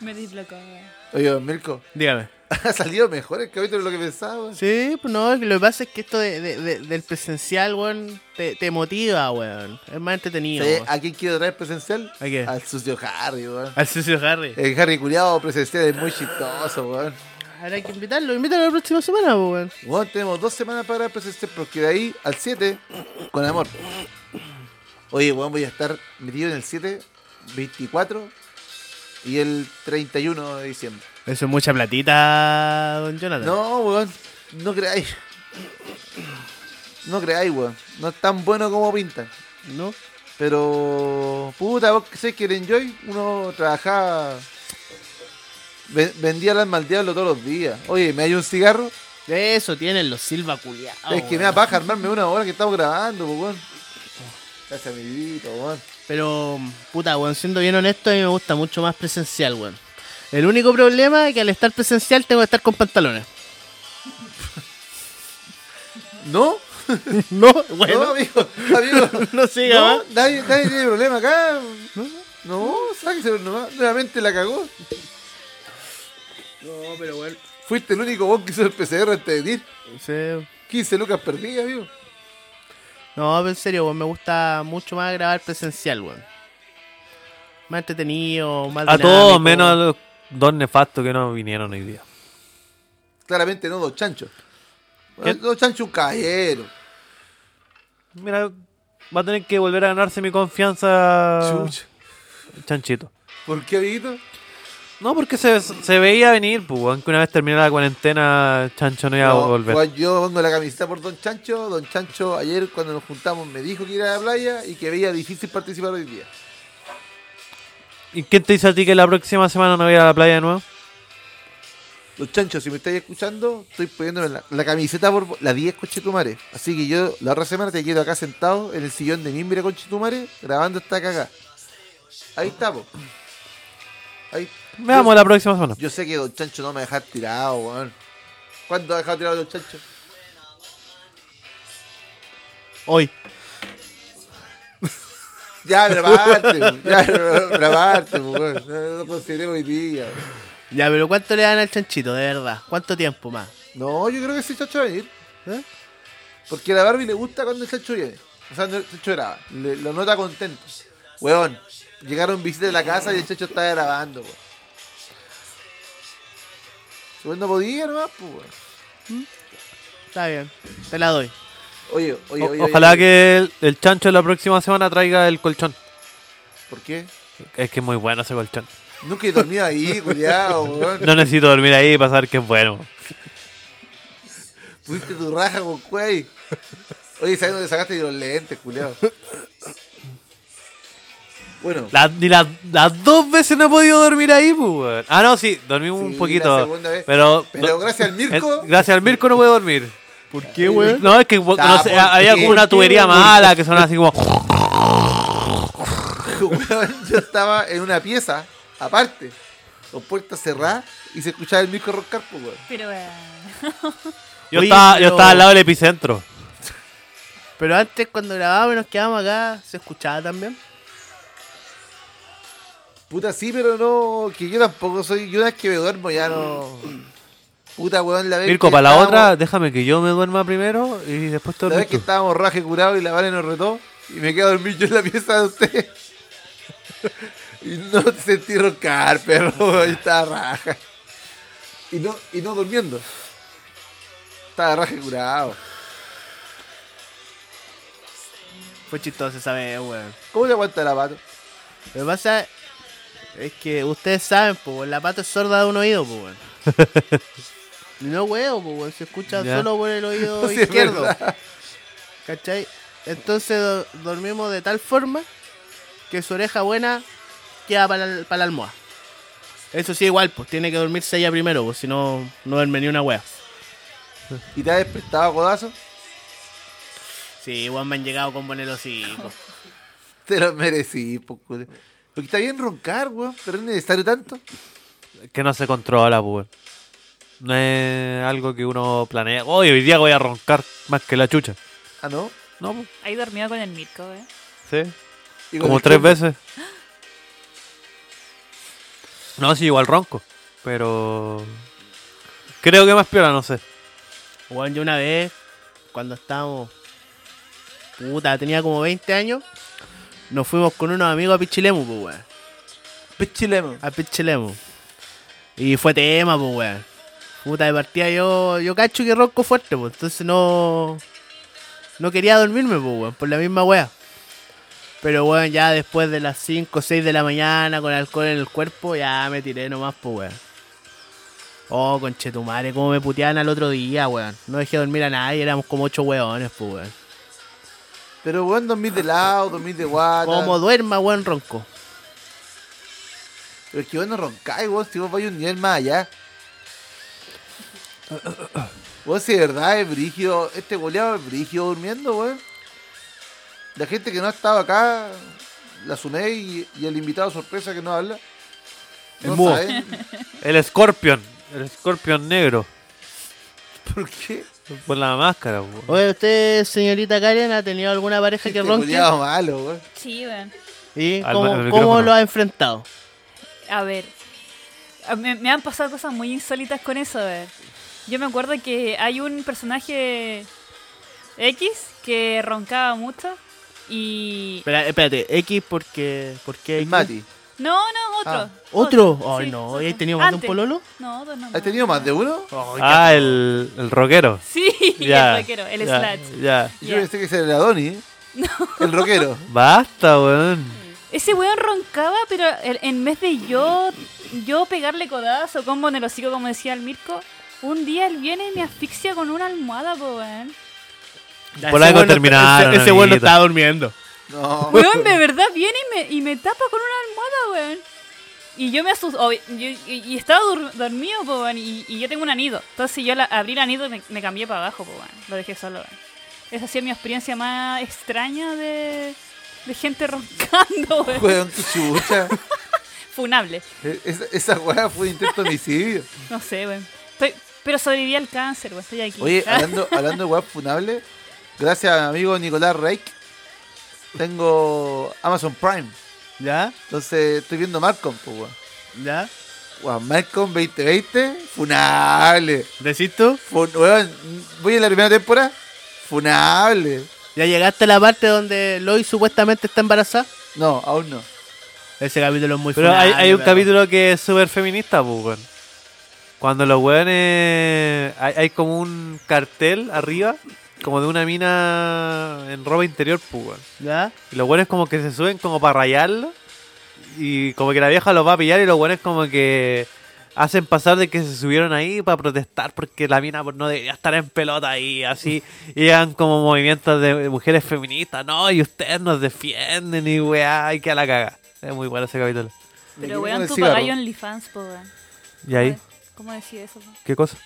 Me dislocó, weón. Oye, don Mirko, Dígame. ha salido mejor el capítulo de lo que pensaba. weón. Sí, pues no, lo que pasa es que esto de- de- de- del presencial, weón, te, te motiva, weón. Es más entretenido. ¿Sabes weón. ¿A quién quiero traer presencial? ¿A quién? Al sucio Harry, weón. Al sucio Harry. El Harry culiado presencial es muy chistoso, weón. Habrá que invitarlo, invítalo la próxima semana, po, weón. Weón, tenemos dos semanas para grabar presencial porque de ahí al 7, con amor. Oye, weón, voy a estar metido en el 7, 24 y el 31 de diciembre. Eso es mucha platita, don Jonathan. No, weón, no creáis. No creáis, weón. No es tan bueno como pintan. ¿No? Pero, puta, vos que sé que el Enjoy uno trabajaba. ve- vendía el alma al diablo todos los días. Oye, ¿me hay un cigarro? De eso tienen los Silva culiados. es que me da paja armarme una hora que estamos grabando, po, weón. Gracias, amiguito, weón. Pero, puta, weón, siendo bien honesto, a mí me gusta mucho más presencial, weón. El único problema es que al estar presencial tengo que estar con pantalones. ¿No? No, No, amigo, amigo. No siga, No, ¿va? nadie, nadie tiene problema acá. No, sáquese nomás. Nuevamente la cagó. No, pero bueno. Fuiste el único vos que hizo el PCR antes de venir. Sí. 15 lucas perdidas, amigo. No, pero en serio, weón, me gusta mucho más grabar presencial, weón. Más entretenido, más A dinámico. todos, menos a los dos nefastos que no vinieron hoy día. Claramente no, dos chanchos. ¿Qué? Dos chanchos, un caballero. Mira, va a tener que volver a ganarse mi confianza. Chucha. Chanchito. ¿Por qué, amiguito? No, porque se, se veía venir, pues, weón, que una vez terminara la cuarentena, Chancho no iba a No, volver. Juan, yo pongo la camiseta por Don Chancho. Don Chancho ayer cuando nos juntamos me dijo que iba a la playa y que veía difícil participar hoy día. ¿Y quién te dice a ti que la próxima semana no voy a ir a la playa de nuevo? Don Chancho, si me estáis escuchando, estoy poniéndome la, la camiseta por la 10 Conchetumare. Así que yo la otra semana te quedo acá sentado en el sillón de Mimbre Conchetumare grabando esta cagada. Ahí estamos. Ahí. Veamos yo, la próxima semana. yo sé que Don Chancho no me va a dejar tirado, weón. ¿Cuándo ha dejado tirado Don Chancho? Hoy. Ya, pero aparte, ya, pero- pero aparte, weón. No, no consideremos hoy día, weón. Ya, pero ¿cuánto le dan al chanchito, de verdad? ¿Cuánto tiempo más? No, yo creo que sí Chacho va a venir. ¿Eh? Porque a la Barbie le gusta cuando el Chacho viene. O sea, no, el Chacho graba. Le- lo nota contento. Weón, llegaron visitas de la casa y el Chacho estaba grabando, weón. Weón, no podía nomás, pues, weón. Está bien. Te la doy. Oye, oye, O- oye. ojalá oye. que el, el Chancho la próxima semana traiga el colchón. ¿Por qué? Es que es muy bueno ese colchón. Nunca he dormido ahí, culiado, weón. No necesito dormir ahí para saber que es bueno. Tuviste tu raja con cuey. Oye, ¿sabes dónde sacaste los lentes, culiado? Bueno. La- ni las- las dos veces no he podido dormir ahí, pues, weón. Ah, no, sí, dormí un Sí, poquito. la segunda vez. Pero, Pero gracias al Mirko. Eh, gracias al Mirko no puedo dormir. ¿Por qué, No, es que no Ah, sé, ¿por había qué? como una tubería mala que sonaba así como. Weón, yo estaba en una pieza, aparte, con puertas cerradas, y se escuchaba el micro roncar, pues, weón. Pero, eh, Yo, Oye, estaba, yo pero- estaba al lado del epicentro. Pero antes, cuando grabábamos y nos quedábamos acá, ¿se escuchaba también? Puta, sí, pero no, que yo tampoco soy, yo una vez que me duermo ya no... Puta, weón, la vez Mirko, que para la estábamos- otra, déjame que yo me duerma primero y después te La duermes vez que tú. estábamos raje curado y la Vale nos retó, y me quedé a dormir yo en la pieza de usted. y no te sentí roncar, pero weón, estaba raja. Y no, y no durmiendo. Estaba raje curado. Fue chistoso esa vez, weón. ¿Cómo te aguanta la pato? Lo que pasa es que ustedes saben, pues, weón, la pata es sorda de un oído, pues, weón. Y no huevo, pues, weón, se escucha Ya. solo por el oído Sí, es izquierdo. verdad. ¿Cachai? Entonces do- dormimos de tal forma que su oreja buena queda para la, para la almohada. Eso sí, igual, pues tiene que dormirse ella primero, pues si no, no duerme ni una wea. ¿Y te has despertado a codazo? Sí, igual me han llegado con poner hocico. Te lo merecí, po, culo. Porque está bien roncar, weón, pero no es necesario tanto. Que no se controla, pues. weón. No es algo que uno planea. Hoy, hoy día voy a roncar más que la chucha. Ah, ¿no? No, pues. ahí dormido con el Mirko, eh. Sí. Y con Como el tres combo. veces. No, sí, igual ronco. Pero. Creo que más piola, no sé. Weón, yo una vez, cuando estábamos. Puta, tenía como 20 años. Nos fuimos con unos amigos a Pichilemu, pues, weón. Pichilemo. A Pichilemu. Y fue tema, pues, weón. Puta, de partida yo, yo cacho que ronco fuerte, pues. Entonces no. No quería dormirme, pues, weón. Por la misma weá. Pero, weón, ya después de las 5 o 6 de la mañana, con alcohol en el cuerpo, ya me tiré nomás, pues, weón. Oh, conchetumare, cómo me puteaban al otro día, weón. No dejé dormir a nadie, éramos como 8 weones, pues, weón. Pero, weón, dormís de lado, dormís de guata. Como duerma, weón, ronco. Pero es que vos no roncáis, weón, si vos vais un nivel más allá. Vos, si de verdad es brígido, este goleado es brígido durmiendo, weón. La gente que no ha estado acá, la Sunei y, y el invitado sorpresa que no habla. El No mudo. saben El Scorpion. El Scorpion negro. por qué. Por la máscara, pues. weón. Oye, ¿usted, señorita Karen, ha tenido alguna pareja que Este ronque? goleado malo, weón. Sí, weón. ¿Y Al- cómo, al cómo micrófono. lo has enfrentado? A ver, a- me, me han pasado cosas muy insólitas con eso. a ver. Yo me acuerdo que hay un personaje X que roncaba mucho y... Espera- espérate, X porque... ¿Por qué El X? Mati. No, no, otro. Ah, ¿Otro? Ay, sí, no. otro. ¿Y has tenido más de un Antes. pololo? No, otro no. ¿Has no. tenido más de uno? Ay, Ah, el, el rockero. Sí, Ya. el vaquero, el ya, Slats. Ya. Yo pensé que ese era el Adonis. El rockero. Basta, weón. Ese weón roncaba, pero el- en vez de yo yo pegarle codazo, combo en el hocico, como decía el Mirko, un día él viene y me asfixia con una almohada, po, weón. qué- Por algo ese bueno- terminaron, Ese, ese bueno amiguito. está durmiendo. No. Weón, de verdad viene y me, y me tapa con una almohada, weón. Y yo me asusto. Y, y estaba dur- dormido, po, weón. Y, y yo tengo un anido. Entonces yo la- abrí el anido y me, me cambié para abajo, po, weón. Lo dejé solo, weón. Esa ha sido mi experiencia más extraña de, de gente roncando, weón. Weón, qué chucha. Funable. E- Esa, esa weá fue intento de homicidio. No sé, weón. Estoy- Pero sobreviví al cáncer, weón. Estoy aquí. Oye, ah, hablando, hablando de weá funable, gracias a mi amigo Nicolás Reich, tengo Amazon Prime. ¿Ya? Entonces estoy viendo Malcolm, pues weón. ¿Ya? Weón, Malcolm 2020, funable. ¿Decís tú? Fun- weón, voy en la primera temporada, funable. ¿Ya llegaste a la parte donde Lois supuestamente está embarazada? No, aún no. Ese capítulo es muy Pero hay, funable, hay un pero- capítulo que es súper feminista, pues, weón. Cuando los weones. Hay, hay como un cartel arriba, como de una mina en ropa interior, pues, weón. ¿Ya? Y los weones como que se suben como para rayarlo. Y como que la vieja los va a pillar y los weones como que hacen pasar de que se subieron ahí para protestar porque la mina pues, no debería estar en pelota ahí, así. Y llegan como movimientos de mujeres feministas, ¿no? Y ustedes nos defienden y weá, y que a la caga. Es muy bueno ese capítulo. Me pero quedé con weón, el tú cigarro. pagas OnlyFans, po, weón. ¿Y ahí? ¿Cómo decir eso, po? ¿Qué cosa?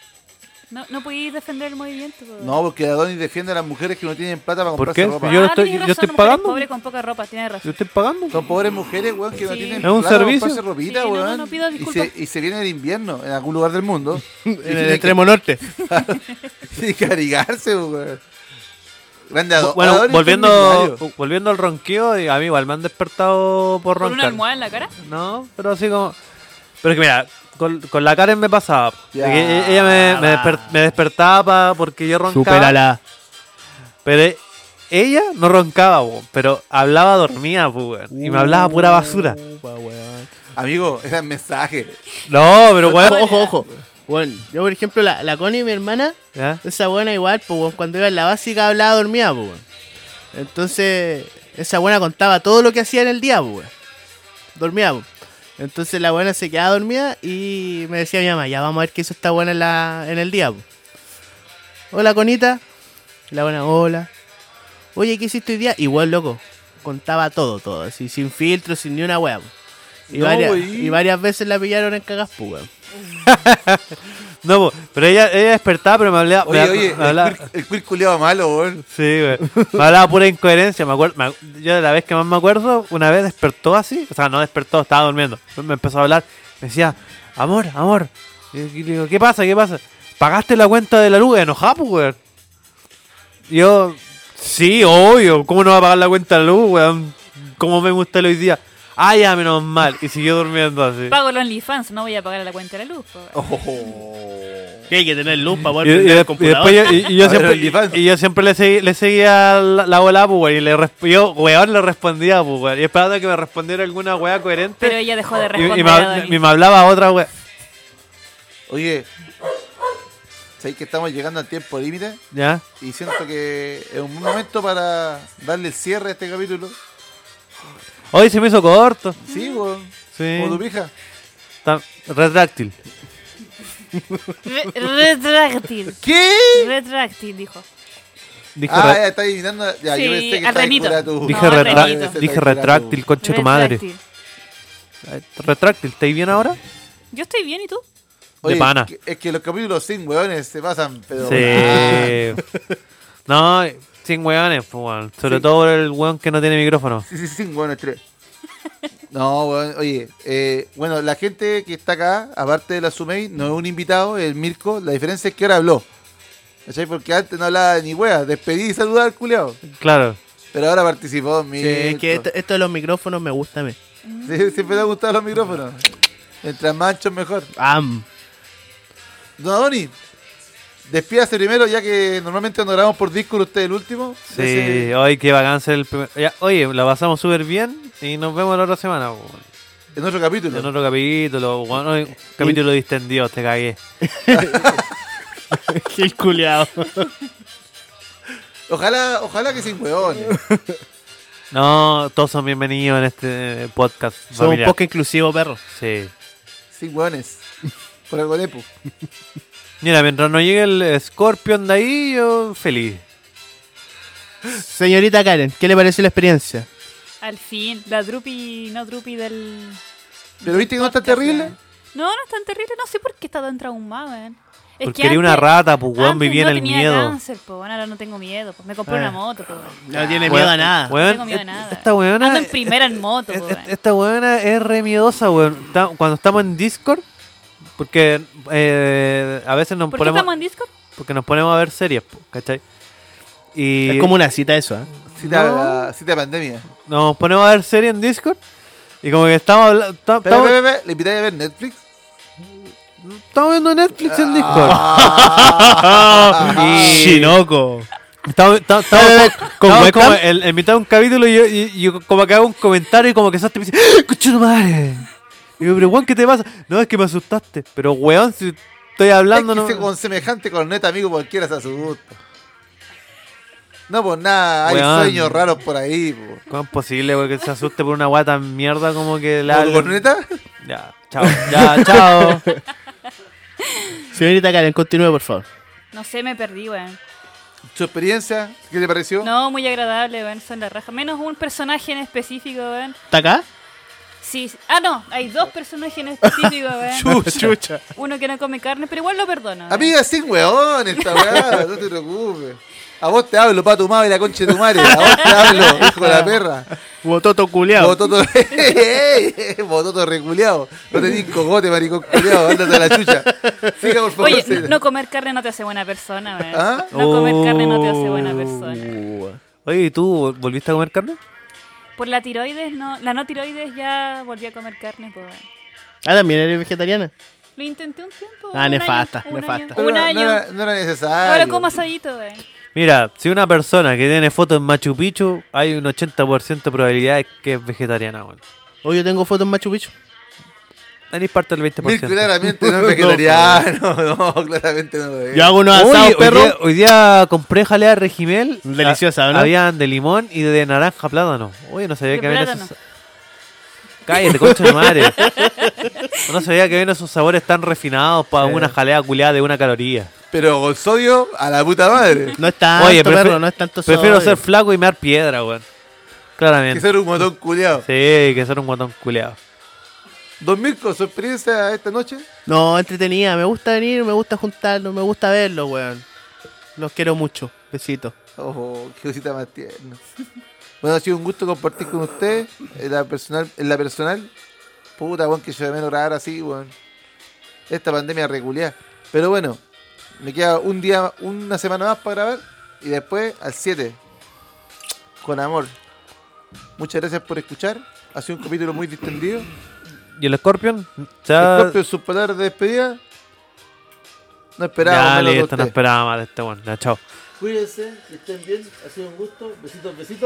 No, no podí defender el movimiento, po, weón. No, porque Adonis defiende a las mujeres que no tienen plata para ¿Por comprarse qué? ropa. Yo no Ah, estoy- tienes yo razón, estoy mujeres pagando. pobres con poca ropa, tienes razón. ¿Yo estoy pagando? Son pobres mujeres, weón, que no Sí. tienen Es un plata para servicio. comprarse ropita, Sí, no, no, weón. no pido y, disculpas. se, y se viene el invierno en algún lugar del mundo. y En el tiene que, extremo norte. tiene que abrigarse, weón. Grande Ado- Bueno, Adonis volviendo, es un millonario. uh, volviendo al ronquido, y a mí igual me han despertado por ¿Con una roncar. almohada en la cara? No, pero así como... Pero es que mira, con, con la Karen me pasaba. Ya, De que ella me, me desper- me despertaba pa- porque yo roncaba. Superala. Pero e- ella no roncaba, po, pero hablaba dormida, po, weón, y me hablaba pura basura. Upa, weón. Amigo, era el mensaje. No, pero Ojo, weón... ojo, ojo. Bueno, yo por ejemplo, la, la Connie, mi hermana, ¿Ya? esa buena igual, pues weón, cuando iba en la básica hablaba dormida, pues weón. Entonces, esa buena contaba todo lo que hacía en el día, pues weón. Dormía, pues. Entonces la buena se quedaba dormida y me decía mi mamá, ya vamos a ver qué hizo esta buena en, la, en el día, pues. Hola, Conita. La buena, hola. Oye, ¿qué hiciste hoy día? Igual, loco. Contaba todo, todo, así, sin filtro, sin ni una wea, pues. Y, No, varias, wey. y varias veces la pillaron en cagas, pues, weón. No, po, pero ella, ella despertaba, pero me hablaba... Oye, me- oye, me hablaba- el queer- el queer culiado malo, weón. Sí, güey. Me hablaba pura incoherencia. Me acuerdo, me ac- yo de la vez que más me acuerdo, una vez despertó así. O sea, no despertó, estaba durmiendo. Me empezó a hablar. Me decía, amor, amor. Y y le digo, ¿qué pasa? ¿Qué pasa? ¿Pagaste la cuenta de la luz? Enojado, pues, güey. Y Yo, sí, obvio. ¿Cómo no va a pagar la cuenta de la luz, güey? ¿Cómo me gusta el hoy día? Ah, ya, menos mal. Y siguió durmiendo así. Pago el OnlyFans, no voy a pagar la cuenta de la luz, po, weón. Oh. Que hay que tener luz para Y, poder y- prender el y computador. después yo, y- y yo A ver, siempre, OnlyFans. y, yo siempre le, segui- le seguía la, la bola, pues, güey, y le resp- yo, weón, le respondía, pues, güey, y esperando que me respondiera alguna weá coherente. Pero ella dejó de y- y, responder. me, a hab- Dani. y me hablaba otra weá. Oye, ¿sabéis que estamos llegando al tiempo límite? ¿Ya? Y siento que es un buen momento para darle el cierre a este capítulo. Hoy se me hizo corto. Sí, weón. Sí. Como tu pija. Tan- retráctil. Re- Retráctil. ¿Qué? Retráctil, dijo. Dije, ah, re- ya está adivinando. Ya, yo Sí, pensé que al estaba remito. cura tu- dije, No, retra- retráctil. dije retráctil, conche tu madre. Retráctil. Eh, Retráctil, ¿estáis bien ahora? Yo estoy bien, ¿y tú? Oye, de pana. que- Es que los capítulos sin weones se pasan, pero. Ah, Sí. No, sin weones, pues, weón. Sobre todo por el weón que no tiene micrófono. sí, sí, sin weones, tres. No, weón, oye, eh, bueno, la gente que está acá, aparte de la Sumei, no es un invitado, es el Mirko. La diferencia es que ahora habló. ¿Cachai? Porque antes no hablaba ni wea. Despedí y saludar, culiao. Claro. Pero ahora participó mi. Sí, es que este- esto, esto de los micrófonos me gusta a mí. Sí, siempre te han gustado los micrófonos. Mientras más anchos, mejor. Am. Don Adoni, despídase primero, ya que normalmente cuando grabamos por Discord usted es el último. Sí, Ese- hoy qué vacancia el primer... ya, oye, la pasamos súper bien y nos vemos la otra semana. po, weón. En otro capítulo. En otro capítulo, weón. Hoy, capítulo distendido, te cagué. el culiao. Ojalá, ojalá que sin hueones. No, todos son bienvenidos en este podcast. Somos un familiar. poco inclusivo, perro. Sí. sin hueones. Por algo lepo. Mira, mientras no llegue el Scorpion de ahí, yo feliz. Señorita Karen, ¿qué le pareció la experiencia? Al fin, la drupi, no drupi del. Pero viste que no está podcast, terrible. weón. No, no es tan terrible, no sé por qué está tan traumado, weón. Es Porque era una antes- rata, pues, weón, antes vivía no en el tenía miedo. Cáncer, po, weón, ahora no tengo miedo, po. me compré Ah. una moto, po, weón. No tiene Weón, miedo a nada. weón, No tengo miedo a et- nada. Esta weona. Ando en primera en moto, et- po, et- weón. Esta weona es re miedosa, weón. Ta- Cuando estamos en Discord, porque eh, a veces nos ¿Por qué ponemos. estamos en Discord? Porque nos ponemos a ver series, po, ¿cachai? Y Es como una cita eso, ¿eh? Cita, No. la- cita pandemia. nos ponemos a ver series en Discord. Y como que estamos hablando. Pero, Estamos, ve, ve, ve, ¿Le invitáis a ver Netflix? estamos viendo Netflix en Discord. Ah, Ah. Y- Shinoco. Estamos, esta- estamos Eh, como- ¿con estamos webcam? como en, en mitad de un capítulo y yo, y- y yo como que hago un comentario y como que Sastre me dice, ¡Ah, ¡Concha tu madre! Y yo, pero weón, ¿qué te pasa? No, es que me asustaste. Pero weón, si estoy hablando, Es que se- no. con semejante corneta, amigo, cualquiera se asusta. No, pues nada, hay Weón. sueños raros por ahí. po. ¿Cómo es posible weón, que se asuste por una guata mierda como que la. ¿Por corneta? Ya, chao, ya, chao. Señorita Karen, continúe, por favor. No sé, me perdí, weón. ¿Su experiencia? ¿Qué te pareció? No, muy agradable, weón, son la raja. Menos un personaje en específico, weón. ¿Está acá? Sí, sí. ah, no, hay dos personajes en específico, weón. Chucha. Chucha. Uno que no come carne, pero igual lo perdono. weón. Amiga, sin weón esta weá, no te preocupes. A vos te hablo, pa tu madre y la concha de tu madre. A vos te hablo, hijo de la perra. Bototo culiao. Bototo, ¡Ey! bototo reculeado. No tenés cogote, maricón culeado. Ándate a la chucha. Siga, por favor. Oye, siga. no comer carne no te hace buena persona, weón. ¿Ah? No comer carne no te hace Oh. buena persona. Oye, ¿y tú volviste a comer carne? Por la tiroides, no, la no tiroides ya volví a comer carne, pues, weón. Ah, también eres vegetariana. Lo intenté un tiempo. Ah, un año, nefasta, un nefasta. año, un no, año. era, no era necesario. Ahora como asadito, weón. Mira, si una persona que tiene fotos en Machu Picchu, hay un 80% de probabilidades que es vegetariana, weón. Hoy yo tengo fotos en Machu Picchu. Tenéis parte del 20%. Mil claramente no es vegetariano. No, claramente no es. Yo hago unos Oye, asados, hoy, perro. Día, hoy día compré jalea regimel. Deliciosa, Ha- ¿no? Habían de limón y de naranja plátano. Oye, no sabía De que habían plátano. esos. Cállate, concha de madre. No sabía que habían esos sabores tan refinados para una jalea culeada de una caloría. Pero con sodio a la puta madre. No es tanto, Oye, prefi- perro, no es tanto Prefiero sodio. ser flaco y me dar piedra, weón. Que Claramente. ser un motón culeado. Sí, que ser un guatón culeado. Don Mirko, ¿su experiencia esta noche? No, entretenida. Me gusta venir, me gusta juntarnos, me gusta verlos, weón. Los quiero mucho. Besitos. Oh, qué cosita más tierna. Bueno, ha sido un gusto compartir con usted en la personal. En la personal. Puta, weón, que yo de menos grabar así, weón. Esta pandemia regular. Pero bueno, me queda un día, una semana más para grabar. Y después al 7. Con amor. Muchas gracias por escuchar. Ha sido un capítulo muy distendido. ¿Y el Scorpion? Ya, El propio sus palabras de despedida. No esperaba ya menos de listo, no usted. esperaba más de este weón. Ya, chao. Cuídense, que estén bien. Ha sido un gusto. Besitos, besitos.